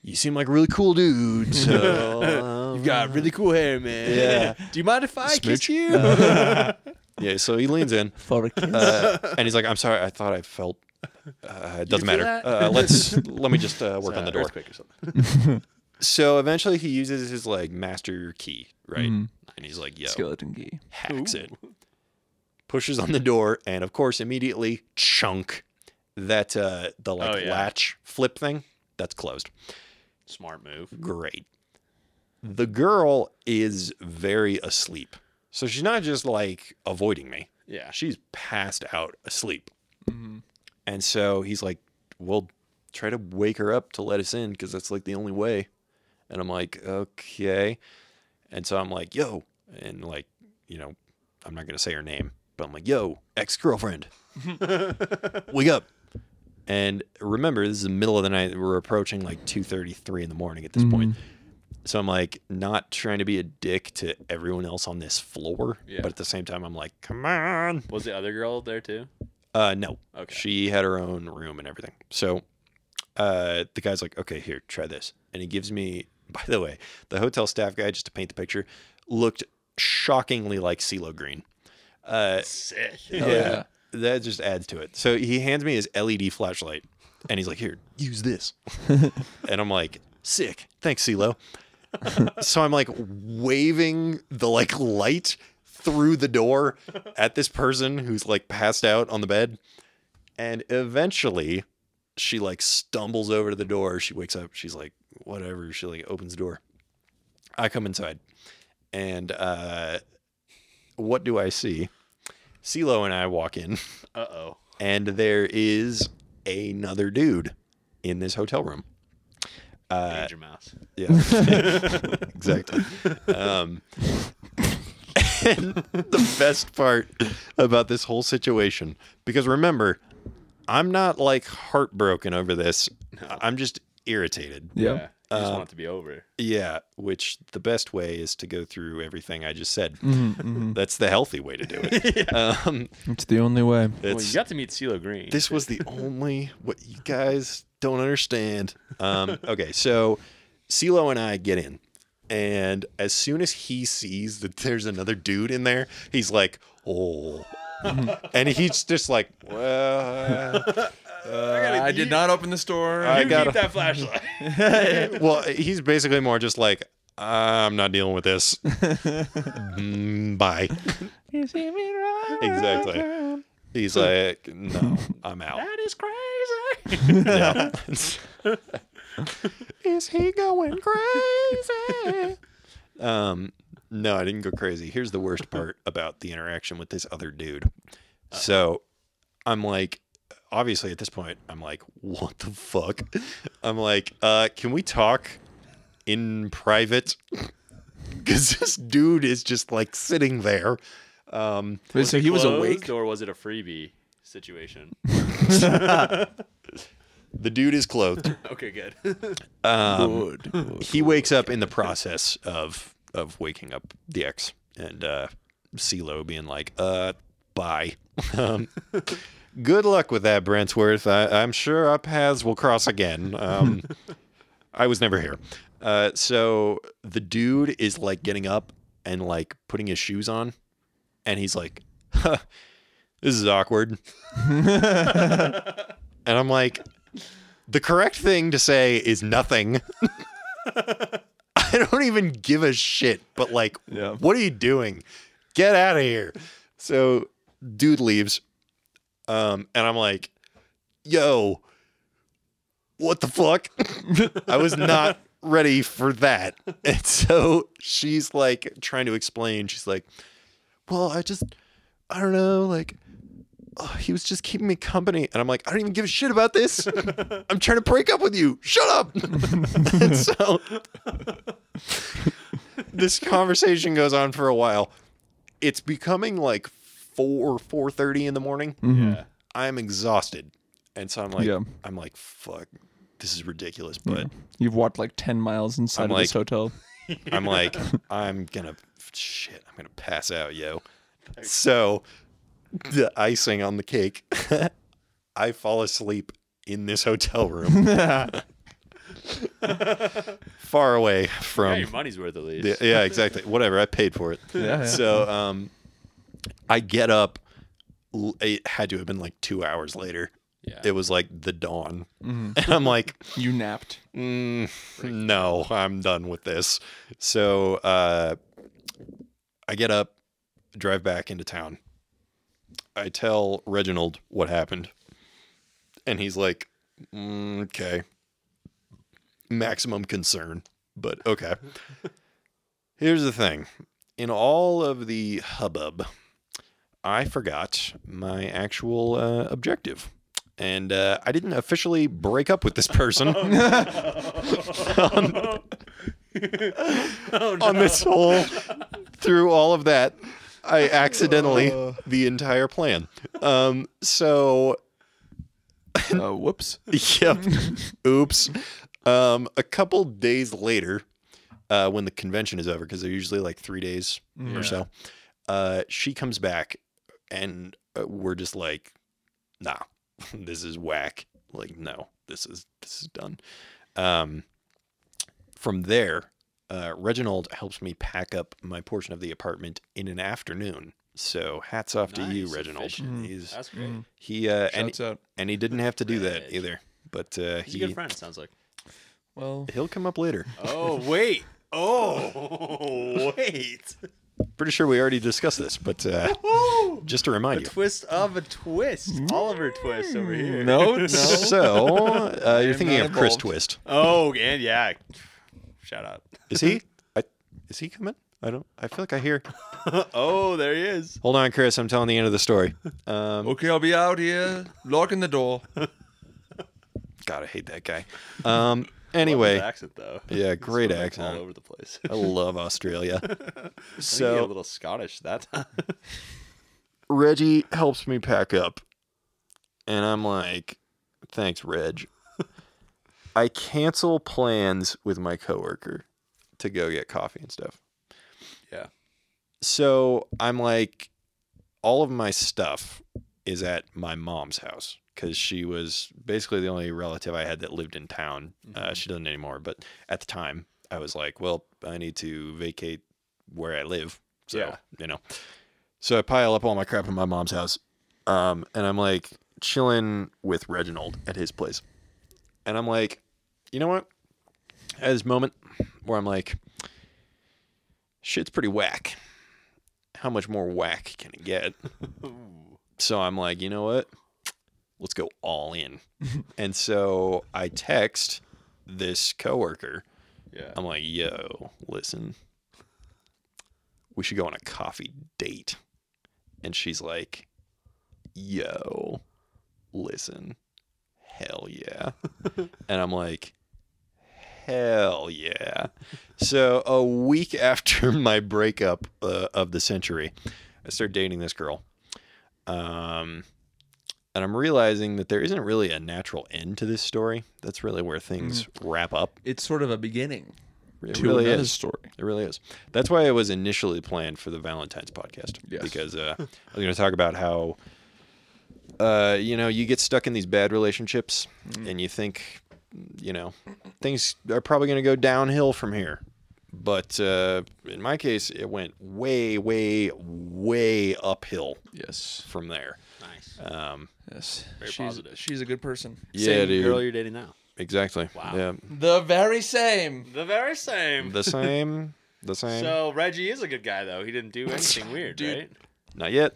you seem like a really cool dude. So um,
You've got really cool hair, man.
Yeah.
Do you mind if I kiss
Smooch.
you?
yeah, so he leans in
For a kiss.
uh, and he's like, "I'm sorry, I thought I felt." Uh, it doesn't
feel
matter.
that?
Uh, let's let me just uh, work on the door.
Earthquake or something.
So eventually, he uses his like master key, right?
Mm-hmm.
And he's like, "Yo,
Skeleton key.
hacks it, pushes on the door, and of course, immediately chunk that uh, the like
Oh, yeah.
latch flip thing that's closed.
Smart move.
Great. The girl is very asleep, so she's not just like avoiding me.
Yeah.
She's passed out asleep, and so he's like, "Well, try to wake her up to let us in, because that's like the only way." And I'm like, "Okay," and so I'm like, "Yo," and like, you know, I'm not gonna say her name, but I'm like, "Yo, ex girlfriend, wake up." And remember, this is the middle of the night. We're approaching like two thirty, three in the morning at this point. So I'm like, not trying to be a dick to everyone else on this floor,
Yeah.
but at the same time, I'm like, come on.
Was the other girl there too?
Uh, no.
Okay.
She had her own room and everything. So, uh, the guy's like, okay, here, try this, and he gives me. By the way, the hotel staff guy, just to paint the picture, looked shockingly like CeeLo Green. Uh,
Sick.
yeah.
that just adds to it. So he hands me his LED flashlight, and he's like, "Here, use this," and I'm like, "Sick, thanks, CeeLo." so I'm like waving the like light through the door at this person who's like passed out on the bed, and eventually she like stumbles over to the door. She wakes up. She's like, "Whatever." She like opens the door. I come inside, and uh, what do I see? CeeLo and I walk in,
Uh oh.
and there is another dude in this hotel room.
Danger Mouse.
Uh, Yeah, exactly. Um, and the best part about this whole situation, because remember, I'm not like heartbroken over this. I'm just irritated.
Yeah.
Yeah. You
Um,
just want it to be over.
Yeah, which the best way is to go through everything I just said.
Mm-hmm.
That's the healthy way to do it. um,
It's the only way.
well,
it's-
you got to meet CeeLo Green.
This was the only what you guys don't understand. Um, okay, so CeeLo and I get in, and as soon as he sees that there's another dude in there, he's like, "Oh," and he's just like, "Well,
Uh, I did not open the store.
I
you
gotta-
keep that flashlight.
well." He's basically more just like, "I'm not dealing with this." Mm, bye.
you see me right.
Exactly. He's like, "No, I'm out."
that is crazy.
Yeah. Is he going crazy? um, no, I didn't go crazy. Here's the worst part about the interaction with this other dude. So I'm like, obviously at this point, I'm like, what the fuck? I'm like, uh, can we talk in private? Because this dude is just like sitting there. Um,
Wait, so he was
Closed,
awake.
or was it a freebie situation?
the dude is clothed.
okay, good.
Mm-hmm.
Good.
he wakes up in the process of of waking up the ex and uh CeeLo being like, uh, bye. um, good luck with that, Brentworth. I, I'm sure our paths will cross again. Um, I was never here. Uh, so the dude is like getting up and like putting his shoes on, and he's like, huh, this is awkward. and I'm like, the correct thing to say is nothing. I don't even give a shit, but like,
Yeah.
what are you doing? Get out of here. So, dude leaves. Um, and I'm like, yo, what the fuck? I was not ready for that. And so she's like trying to explain. She's like, well, I just, I don't know, like, oh, he was just keeping me company. And I'm like, I don't even give a shit about this. I'm trying to break up with you. Shut up. and so this conversation goes on for a while. It's becoming like four, four thirty in the morning.
Yeah.
I'm exhausted. And so I'm like,
Yeah.
I'm like, fuck, this is ridiculous. But
You've walked like 10 miles inside
I'm
of this
like-
hotel.
I'm like, I'm gonna shit, I'm gonna pass out, yo. So the icing on the cake, I fall asleep in this hotel room. far away
Yeah,
from
your money's worth at least.
Yeah, yeah, exactly. Whatever. I paid for it.
Yeah, yeah.
So um, I get up. l- It had to have been like two hours later.
Yeah. Mm-hmm.
It was like the dawn. And I'm like,
You napped.
mm, no, I'm done with this. So uh, I get up, drive back into town. I tell Reginald what happened. And he's like, "Mm, okay. Maximum concern, but okay. Here's the thing in all of the hubbub, I forgot my actual uh, objective. And uh, I didn't officially break up with this person on this whole through all of that i accidentally the entire plan um so
Uh, whoops. Mm-hmm.
yep oops um a couple days later uh when the convention is over because they're usually like three days
Yeah.
or so uh she comes back and uh, we're just like nah this is whack like no this is this is done um from there, uh, Reginald helps me pack up my portion of the apartment in an afternoon. So hats off to you,
Nice,
Reginald.
efficient.
He's
That's great.
he uh, and
Shouts out.
and he didn't have to do that
Reg.
either. But uh,
He's a good
he
friend. it Sounds like.
Well,
he'll come up later.
Oh wait. Oh wait.
Pretty sure we already discussed this, but uh, just to remind you. Mm-hmm.
twist of a twist. Oliver twist over here.
no, no.
So uh, you're thinking
not
of Chris
involved.
Twist?
Oh, and yeah. Shout out.
Is he? I, is he coming? I don't. I feel like I hear.
Oh, there he is.
Hold on, Chris. I'm telling the end of the story. Um,
Oh.
Okay, I'll be out here locking the door.
God, I hate that guy. Um, anyway,
His accent though.
yeah, great
Like,
accent.
All over the place.
I love Australia.
so a
so
little Scottish that time.
Reggie helps me pack up, and I'm like, "Thanks, Reg." I cancel plans with my coworker to go get coffee and stuff.
yeah.
So I'm like, all of my stuff is at my mom's house because she was basically the only relative I had that lived in town. Uh, she doesn't anymore, but at the time I was like, well, I need to vacate where I live. So,
Yeah.
you know, so I pile up all my crap in my mom's house. Um, and I'm like chilling with Reginald at his place. And I'm like, you know what? At this moment where I'm like, shit's pretty whack. How much more whack can it get? so I'm like, you know what? Let's go all in. and so I text this coworker.
Yeah.
I'm like, yo, listen, we should go on a coffee date. And she's like, yo, listen, hell yeah. and I'm like, hell yeah. So a week after my breakup uh, of the century, I start dating this girl. Um, and I'm realizing that there isn't really a natural end to this story. That's really where things wrap up.
It's sort of a beginning
It
Mm. to
really
another
is.
story.
It really is. That's why it was initially planned for the Valentine's podcast.
Yes.
Because uh, I was going to talk about how, uh, you know, you get stuck in these bad relationships and you think, you know, things are probably going to go downhill from here. But uh, in my case, it went way, way, way uphill
Yes,
from there.
nice.
Um,
yes.
Very
she's,
positive.
She's a good person.
yeah,
Same
dude.
girl you're dating now.
Exactly.
Wow.
Yeah.
The very same.
The very same.
The same. The same.
so Reggie is a good guy though. He didn't do anything weird,
Dude.
right?
Not yet.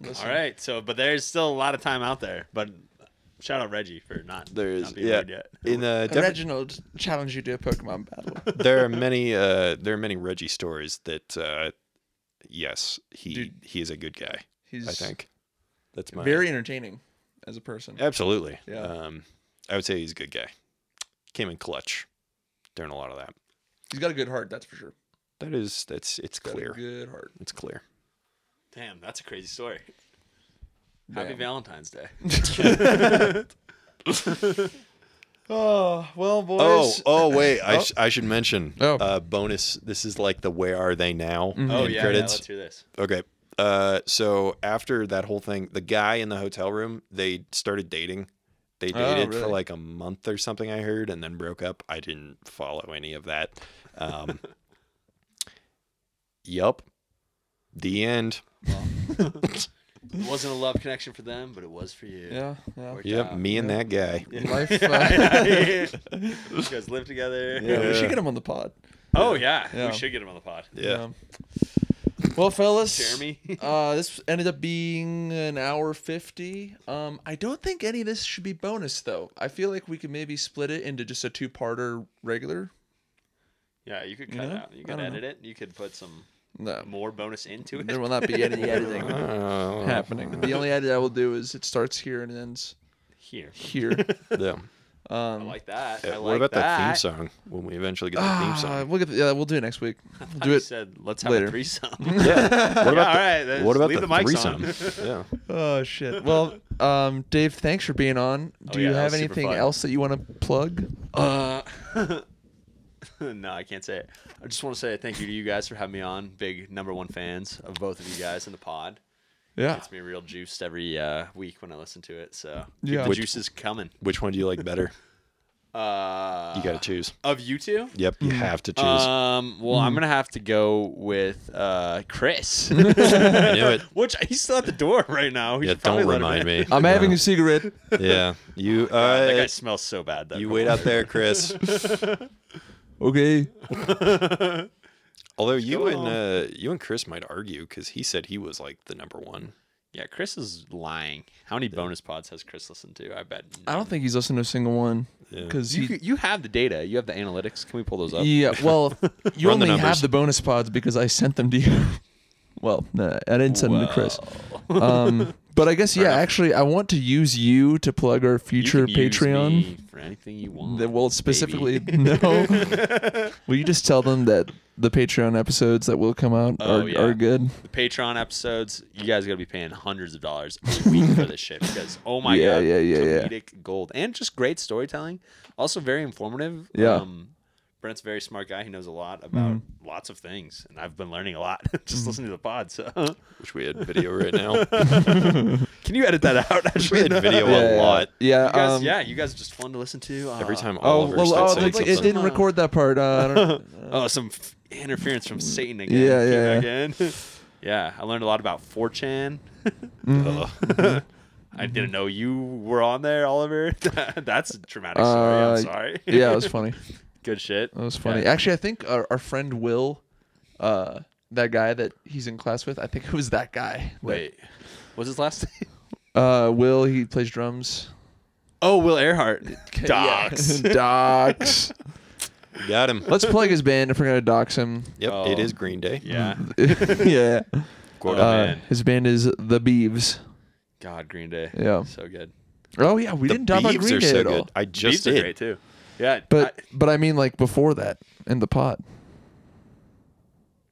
Listen,
All right. So, but there's still a lot of time out there. But shout out Reggie for not
There is.
not being
Yeah.
weird yet.
In uh, defi-
Reginald challenged you to a Pokemon battle.
there are many uh there are many Reggie stories that uh yes, he
Dude.
he is a good guy,
He's
I think. That's my
very entertaining as a person.
Absolutely.
Yeah.
Um I would say he's a good guy. Came in clutch during a lot of that.
He's got a good heart, that's for sure.
That is that's it's
Got a
clear.
good heart.
It's clear.
Damn, that's a crazy story. Happy
Damn.
Valentine's Day.
Oh well, boys.
Oh, oh wait, I,
Oh.
sh- I should mention
Oh.
uh bonus this is like the where are they now
Oh
end
yeah, yeah,
credits.
let's hear this.
Okay. Uh, so after that whole thing, the guy in the hotel room, they started dating, They
Oh,
dated for
really?
like a month or something, I heard, and then broke up. I didn't follow any of that. Um, yup. The end.
It wasn't a love connection for them, but it was for you.
Yeah, yeah.
Worked
Yep.
out.
Me and that guy.
Life. Uh,
Yeah, yeah, yeah. you guys live together.
yeah, we
Yeah.
should get him on the pod.
Oh yeah.
Yeah.
we should get him on the pod.
Yeah.
Well, fellas,
Jeremy.
uh, this ended up being an hour fifty. Um, I don't think any of this should be bonus though. I feel like we could maybe split it into just a two-parter regular.
yeah, you could
You
cut
know?
it out. You
I
could
don't
edit it. You could put some
No,
more bonus into it.
there will not be any editing
Oh,
happening. The only edit I will do is it starts here and ends
Here.
here.
yeah.
I like that. I
Yeah,
like
what about
that. Ah.
that theme song? When we eventually get the theme
Uh,
song.
we'll get yeah, we'll do it next week. We'll
You
do it.
said let's have
later.
a threesome.
Yeah. What about
all
the,
right, then
what
just
about
leave
the,
the mics on.
threesome? yeah.
Oh shit. Well, um, Dave, thanks for being on. Do
Oh, yeah,
you
that
have
was super
anything
fun.
else that you want to plug?
Uh, no, I can't say it. I just want to say thank you to you guys for having me on. Big number one fans of both of you guys in the pod.
Yeah.
Gets me real juiced every uh, week when I listen to it. So keep
Yeah.
the
Which-
juice is coming.
Which one do you like better?
Uh,
You got to choose.
of you two.
Yep, you have to choose.
Um, well, I'm gonna have to go with uh, Chris,
Mm. I knew it.
which he's still at the door right now. We
Yeah,
should probably
don't
let him
remind
in.
me.
I'm
Yeah.
having a cigarette.
Yeah, you.
God, that guy
Uh,
smells so bad. Though.
you wait out there, Chris.
Okay.
Although you
go
and
home.
uh, you and Chris might argue because he said he was like the number one.
Yeah, Chris is lying. How many bonus pods has Chris listened to? I bet.
I don't think he's listened to a single one
Yeah.
because
You, you have the data. You have the analytics. Can we pull those up?
Yeah, well, you
Run the
only have
numbers.
the bonus pods because I sent them to you. Well, no, I didn't send them to Chris. Um, but I guess yeah, actually, I want to use you to plug our
You
future
can use
Patreon.
me for anything you want.
That will specifically
baby.
no. will you just tell them that the Patreon episodes that will come out
Oh,
are,
yeah.
are good?
the Patreon episodes. You guys gotta be paying hundreds of dollars a week for this shit because oh my
Yeah,
god,
yeah, yeah, yeah.
comedic gold and just great storytelling. Also very informative. Um,
Yeah. Mm-hmm.
Brent's a very smart guy. He knows a lot about lots of things, and I've been learning a lot just listening to the pod. So,
Wish we had video right now.
can you edit that out?
we
Actually,
had video a lot.
Yeah,
You guys,
um,
yeah, you guys are just fun to listen to. Uh,
Every time
Oh
Oliver
well, oh,
said
it
something.
didn't record that part. Uh, I don't,
Oh, some f- interference from Satan again.
Yeah,
Came
yeah,
back in. yeah, I learned a lot about 4chan.
Mm-hmm.
Ugh.
I didn't know you were on there, Oliver. That's a traumatic story.
uh,
I'm sorry.
yeah, it was funny.
Good shit.
That was funny.
Yeah.
Actually, I think our, our friend Will, uh, that guy that he's in class with, I think it was that guy. that-
Wait, what's his last name?
Uh, Will, he plays drums.
Oh, Will Earhart.
Yeah.
Docs.
docs.
Got him.
Let's plug his band if we're going to dox him.
Yep,
Oh.
it is Green Day.
Yeah.
Mm-hmm. yeah.
Quote
Oh,
Uh,
man.
his band is The Beeves.
God, Green Day.
Yeah.
So good.
Oh, yeah. We didn't talk about Green Day at all.
I just
Beats are
did.
great too. Yeah.
But,
I-
but I mean, like, before that in the pot.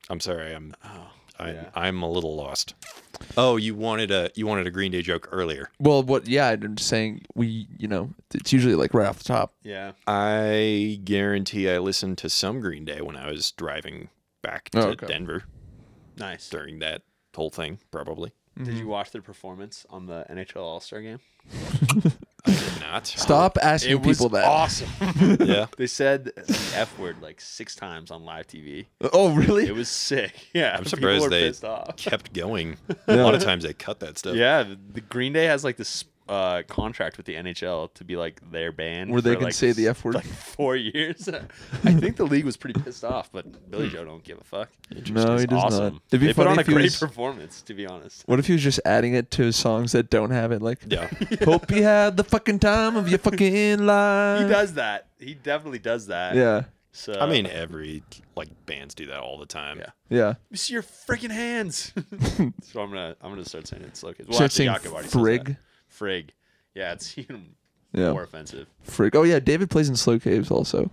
I'm sorry. I'm.
oh,
I'm,
yeah.
I'm a little lost. Oh, you wanted a you wanted a Green Day joke earlier.
Well, what, yeah, I'm just saying we, you know, it's usually like right off the top.
yeah.
I guarantee I listened to some Green Day when I was driving back to
Oh, okay.
Denver
Nice.
during that whole thing, probably.
Did
Mm-hmm.
you watch their performance on the NHL All Star game?
Did not.
Stop asking
Oh, It was
people that.
awesome.
Yeah.
They said the F word like six times on live TV.
Oh, really?
It was sick. Yeah.
I'm
people
surprised
were
they-
pissed off.
Kept going. A lot of times they cut that stuff.
Yeah. The, the Green Day has like this uh, contract with the NHL to be like their band.
Where they
for,
can
like,
say the
s-
F word.
Like four years. I think the league was pretty pissed off, but Billy Joe don't give a fuck.
No, he
It's
does
awesome.
not. It'd be
they
funny
put on a
if he
great
was-
performance, to be honest.
What if he was just adding it to songs that don't have it? Like,
Yeah.
hope you had the fucking time of your fucking life.
He does that. He definitely does that.
Yeah,
So
I mean, every like bands do that all the time.
Yeah.
yeah.
You see your freaking hands. so I'm gonna I'm gonna start saying it's okay. Well,
Start
actually,
saying
Jakob already says that.
frig.
Frig. Yeah, it's even
Yeah.
more offensive.
Freak. Oh yeah, David plays in Slow Caves also.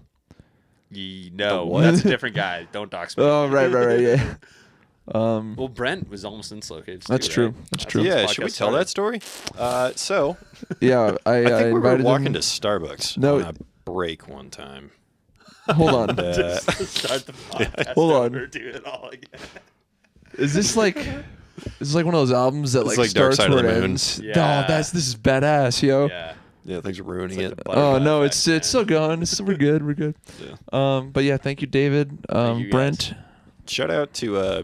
You no,
what?
that's a different guy. Don't dox me.
Oh right, right, right. Yeah,
Well, Brent was almost in slow caves.
that's
too,
true.
right?
That's
Yeah,
true.
should we
podcast
tell that story? Uh, so
Yeah, I,
I think we were
invited
walking
him.
to Starbucks
No,
on
it-
a break one time.
Hold on.
Uh,
Start the podcast.
Hold on.
over, do it all again.
Is this like? Is this like one of those albums that like,
like Dark
starts
Side of
where
the
it
Moon.
ends?
Yeah.
Oh, that's this is badass, yo.
Yeah.
Yeah, thanks for ruining
It's
it.
like the
Oh
butterfly
no,
effect,
it's
man.
it's still going. It's, we're good. We're good. Um, but yeah, thank you, David. Um,
you, guys.
Brent.
Shout out to uh,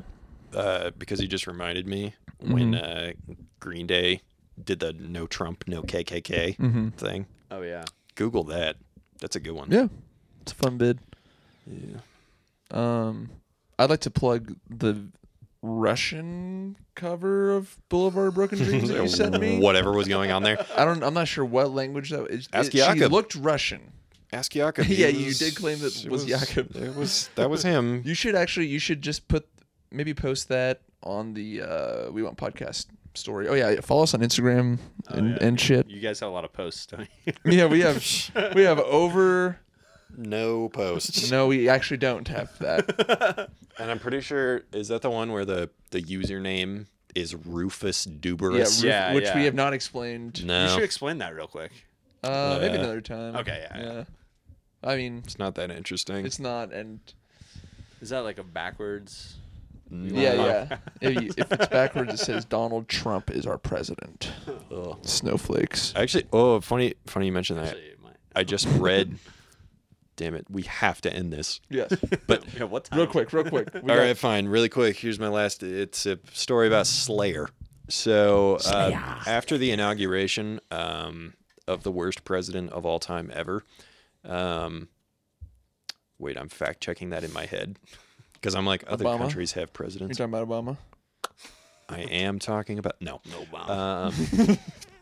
uh, because he just reminded me when uh, Green Day did the no Trump, no KKK thing.
Oh yeah.
Google that. That's a good one.
Yeah, it's a fun bid.
Yeah.
Um, I'd like to plug the Russian cover of Boulevard Broken Dreams that you sent me.
Whatever was going on there.
I don't. I'm not sure what language that. It,
Ask
it, she
Jakob.
looked Russian.
Ask Jakob.
Yeah,
He
you did claim that
he
was Jakob.
It was that was him.
You should actually. You should just put maybe post that on the uh, We Want podcast story. Oh yeah, follow us on Instagram and,
yeah.
and shit.
You guys have a lot of posts, don't you?
Yeah, we have we have over.
No posts.
No, we actually don't have that.
And I'm pretty sure is that the one where the the username is Rufus
Yeah,
Duberis.
Ruf-
Yeah,
which we
yeah.
have not explained.
No,
You should explain that real quick.
Uh, maybe
Yeah.
another time.
Okay, yeah, yeah.
I mean,
it's not that interesting.
it's not, and
Is that like a backwards?
Mm.
yeah, yeah. If, you, if it's backwards, it says Donald Trump is our president.
Ugh.
Snowflakes.
Actually, oh, funny, funny you mention that.
Actually, it might-
I just read. Damn it, we have to end this.
Yes.
But
Yeah, what time?
Real quick, real quick. We
all
got-
right, fine. Really quick. Here's my last. It's a story about Slayer. So uh, after the inauguration um, of the worst president of all time ever, um, wait, I'm fact checking that in my head because I'm like other
Obama?
countries have
You're
presidents.
talking about Obama?
I am talking about no,
No bomb.
Uh,
um,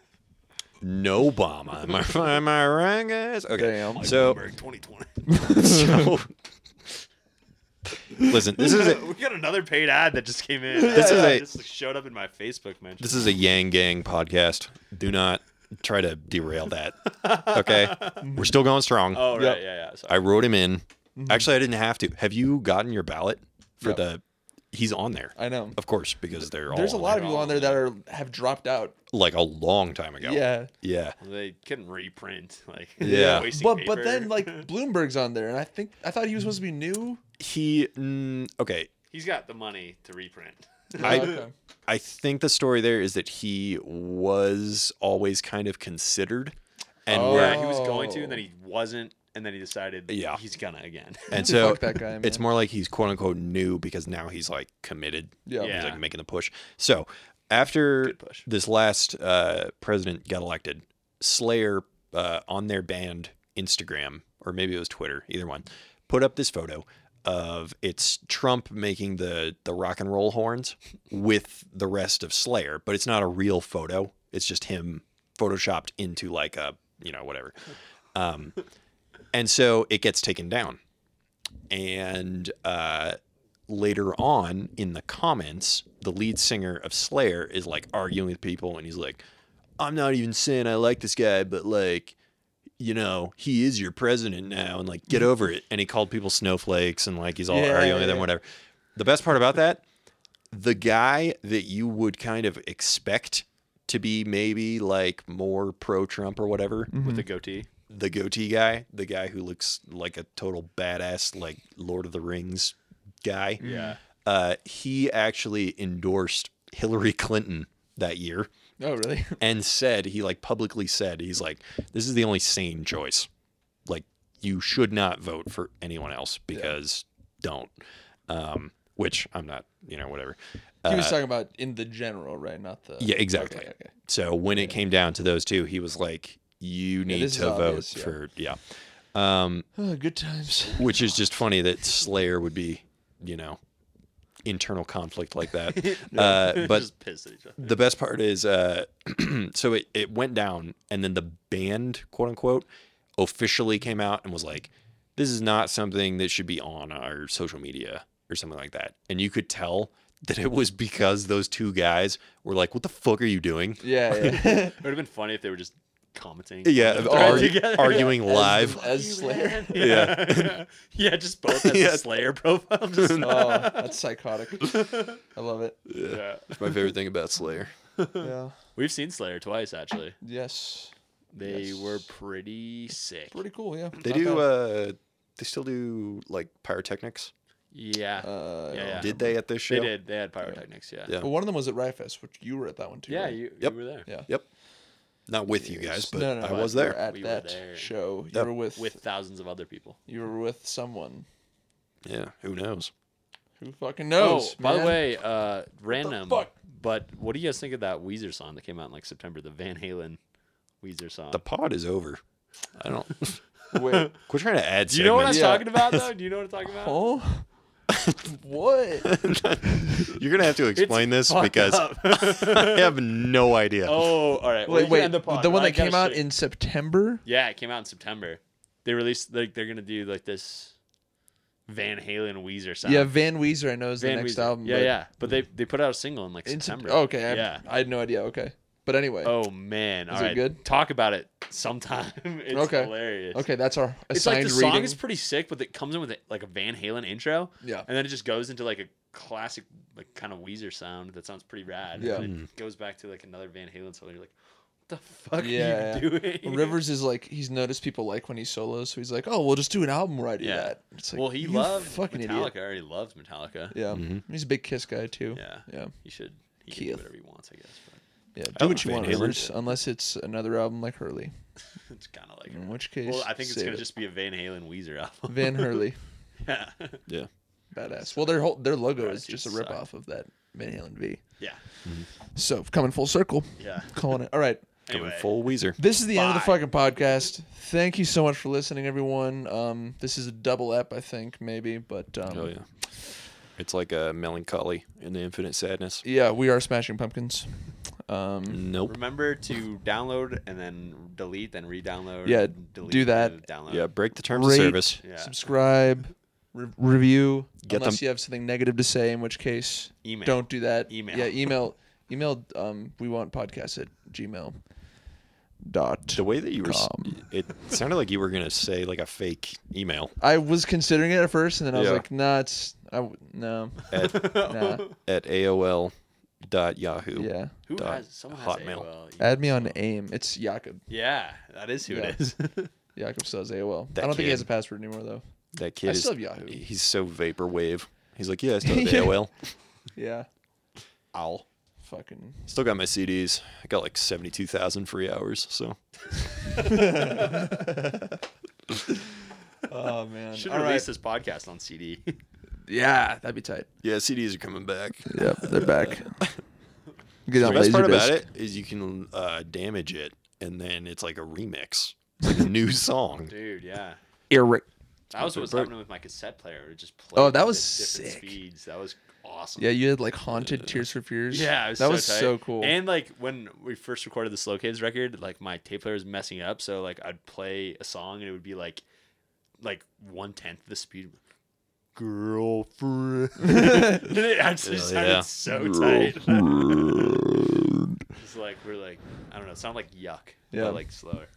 no Obama. Am I, am I right, guys? Okay.
Damn.
So,
Bloomberg 2020.
so listen, this is a,
we got another paid ad that just came in.
This is a-
just like, showed up in my Facebook mention.
This is a Yang Gang podcast. Do not try to derail that. Okay. We're still going strong.
oh right,
Yep.
yeah, yeah. Sorry.
I wrote him in. Actually, I didn't have to. Have you gotten your ballot for
Mm-hmm. No.
the? He's on there.
I know.
Of course, because they're
There's a
all
lot of
on
people on there that are have dropped out.
there, like a long time ago.
Yeah.
Yeah.
they couldn't reprint. Like
Yeah.
wasting
But but then
paper.
like Bloomberg's on there, and I think I thought he was supposed to be new.
He. Mm, okay.
he's got the money to reprint.
I.
Oh, Okay.
I think the story there is that he was always kind of considered, and
Oh.
Yeah,
where
he was going to,
Oh.
and then he wasn't, and then he decided.
Yeah.
he's gonna again.
and so
Fuck that guy, man.
it's more like he's quote unquote new because now he's like committed.
Yeah.
Yeah.
He's like making the push. So after
Good push.
this last uh, president got elected, Slayer uh, on their band Instagram or maybe it was Twitter, either one, put up this photo of it's Trump making the the rock and roll horns with the rest of Slayer, but it's not a real photo. It's just him photoshopped into like a you know whatever. Um, and so it gets taken down. And uh, later on in the comments, the lead singer of Slayer is like arguing with people and he's like, I'm not even saying I like this guy, but like, you know, he is your president now and like, get over it. And he called people snowflakes and like he's all
Mm. Yeah,
arguing
yeah,
with them,
yeah.
whatever. The best part about that, the guy that you would kind of expect to be maybe like more pro Trump or whatever,
Mm.
with the goatee.
the goatee guy, the guy who looks like a total badass, like Lord of the Rings guy.
Yeah.
Uh, he actually endorsed Hillary Clinton that year
Oh really?
and said, he like publicly said, he's like, this is the only sane choice. Like, you should not vote for anyone else because don't. Um, which I'm not, you know, whatever.
He was
Uh,
talking about in the general, right? Not the
Yeah, exactly.
Uh, Okay, okay.
So when it came down to those two, he was like, you need
this
to
is
vote
obvious, yeah.
for, yeah. Um,
Oh, good times.
which is just funny that Slayer would be, you know, internal conflict like that. Uh, but
just pissed at each other.
the best part is, uh, so it, it went down, and then the band, quote unquote, officially came out and was like, this is not something that should be on our social media or something like that. And you could tell that it was because those two guys were like, what the fuck are you doing?
Yeah, yeah.
It would have been funny if they were just commenting.
Yeah,
Thread
argu-
together.
arguing live.
as Slayer.
Yeah. yeah. just both as
Yeah.
a Slayer profile. Just,
Oh, that's psychotic. I love it.
yeah.
My favorite thing about Slayer.
Yeah.
We've seen Slayer twice, actually.
Yes.
They
Yes.
were pretty sick.
Pretty cool. Yeah.
They
Not
do,
bad.
uh, they still do like pyrotechnics.
Yeah.
Uh,
yeah, yeah.
Did they at this show?
they did. They had pyrotechnics, yeah.
Yeah.
But one of them was at Riot Fest, which you were at that one too.
Yeah,
right?
you,
Yep.
you were there.
Yeah.
Yep. Not with you guys, but
no, no,
I was
you were
there.
at
We were
that
there.
show. You
Yep.
were with,
with thousands of other people.
you were with someone
Yeah, who knows?
who fucking knows.
oh, by the
man?
way, uh, random.
fuck?
But what do you guys think of that Weezer song that came out in like September? The Van Halen Weezer song.
The pod is over. I don't.
Wait,
We're trying to add.
do you know what I'm
segments.
Yeah.
talking about though? Do you know what I'm talking about?
oh, what?
You're gonna have to explain this
fucked
because
up.
I have no idea.
oh, all right. Well,
Wait,
you can
wait,
end
the,
pod,
one
I
that came
gotta
out
show you.
in September.
Yeah, it came out in September. They released like they're gonna do like this Van Halen Weezer sound.
Yeah, Van Weezer. I know is
Van
the next
Weezer.
album.
Yeah,
but
yeah. But they they put out a single in like
In
September.
September. Okay. I,
Yeah.
I had no idea. Okay. But anyway.
Oh man. All
it
right.
good?
Talk about it sometime. it's
Okay.
hilarious.
Okay, that's our
It's
assigned
like the
reading.
song is pretty sick, but it comes in with a, like a Van Halen intro,
yeah.
and then it just goes into like a classic, like kind of Weezer sound that sounds pretty rad.
Yeah.
And then it goes back to like another Van Halen song. and You're like, what the fuck
Yeah,
are you doing?
Rivers is like he's noticed people like when he solos, so he's like, "Oh, we'll just do an album where I do
Yeah.
that." It's like,
well, he
you
loved
fucking
Metallica.
idiot.
Already loves Metallica.
Yeah, he's a big Kiss guy too.
Yeah.
yeah,
He should. He can do
Keith.
whatever he wants, I guess. But
yeah. Do
love
what you
Van
want,
Halen.
Rivers, unless it's another album like Hurley,
it's kind of like.
in which case,
Well, I think it's
save
gonna
it.
just be a Van Halen Weezer album.
Van Hurley,
yeah.
Yeah.
badass. Well, their whole their logo
Alright,
is just a
dude, suck.
ripoff of that Van Halen V.
Yeah.
So coming full circle,
Yeah.
calling it. All right,
Going
Anyway.
full Weezer.
This is the end of the
Bye.
fucking podcast. Thank you so much for listening, everyone. Um, this is a double ep, I think, maybe, but um,
Oh yeah. It's like a melancholy in the infinite sadness.
yeah, we are smashing pumpkins. Um,
Nope.
Remember to download and then delete, then re-download.
Yeah,
delete,
do that.
and Download.
Yeah, break the terms
rate,
of service.
Yeah.
subscribe, re- review.
Get
unless
them-
you have something negative to say, in which case,
Email.
Don't do that.
Email.
Yeah, email. Email. Um, we want podcast at gmail. Dot.
The way that you were, s-
Com.
it sounded like you were gonna say like a fake email
I was considering it at first, and then I was
Yeah.
like, "Nah, it's I w- no,
at
nah,
at AOL dot Yahoo.
yeah."
Who
Dot
has someone has
Hotmail.
AOL.
Add me on AIM. It's Jakob.
Yeah, that is who
Yeah.
it is.
Jakob says AOL.
That
I don't think he
kid.
has a password anymore though.
That kid
I
is.
still have Yahoo.
He's so vaporwave. He's like, yeah, I still have
Yeah.
AOL.
Yeah.
Owl.
Fucking.
Still got my CDs. I got like seventy-two thousand free hours. So
Oh man.
Should release this podcast on CD.
Yeah, that'd be tight.
yeah, CDs are coming back.
Yep, they're back. Get
The
on
best part about
Laserdisc.
it is you can uh, damage it, and then it's like a remix, it's like a new song.
Dude, yeah.
Eric.
That was what was
Bert-
happening with my cassette player. It just played.
Oh, that
at
was
different
sick.
Speeds. That was awesome.
Yeah, you had like haunted Tears for Fears.
Yeah, it was
that
so
was
tight.
so cool.
And like when we first recorded the Slow Kids record, like my tape player was messing up, so like I'd play a song and it would be like, like one tenth the speed. Girlfriend. it actually
Hell
sounded
yeah.
so tight. it's like we're like I don't know. It sounded like yuck.
Yeah.
But like slower.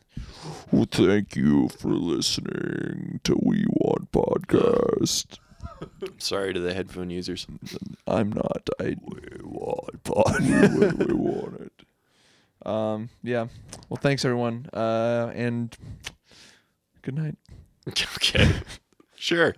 Well, thank you for listening to We Want Podcast.
Sorry to the headphone users.
I'm not. I we want podcast. we, we want it.
um, yeah. Well, thanks everyone. Uh, and good night.
okay. Sure.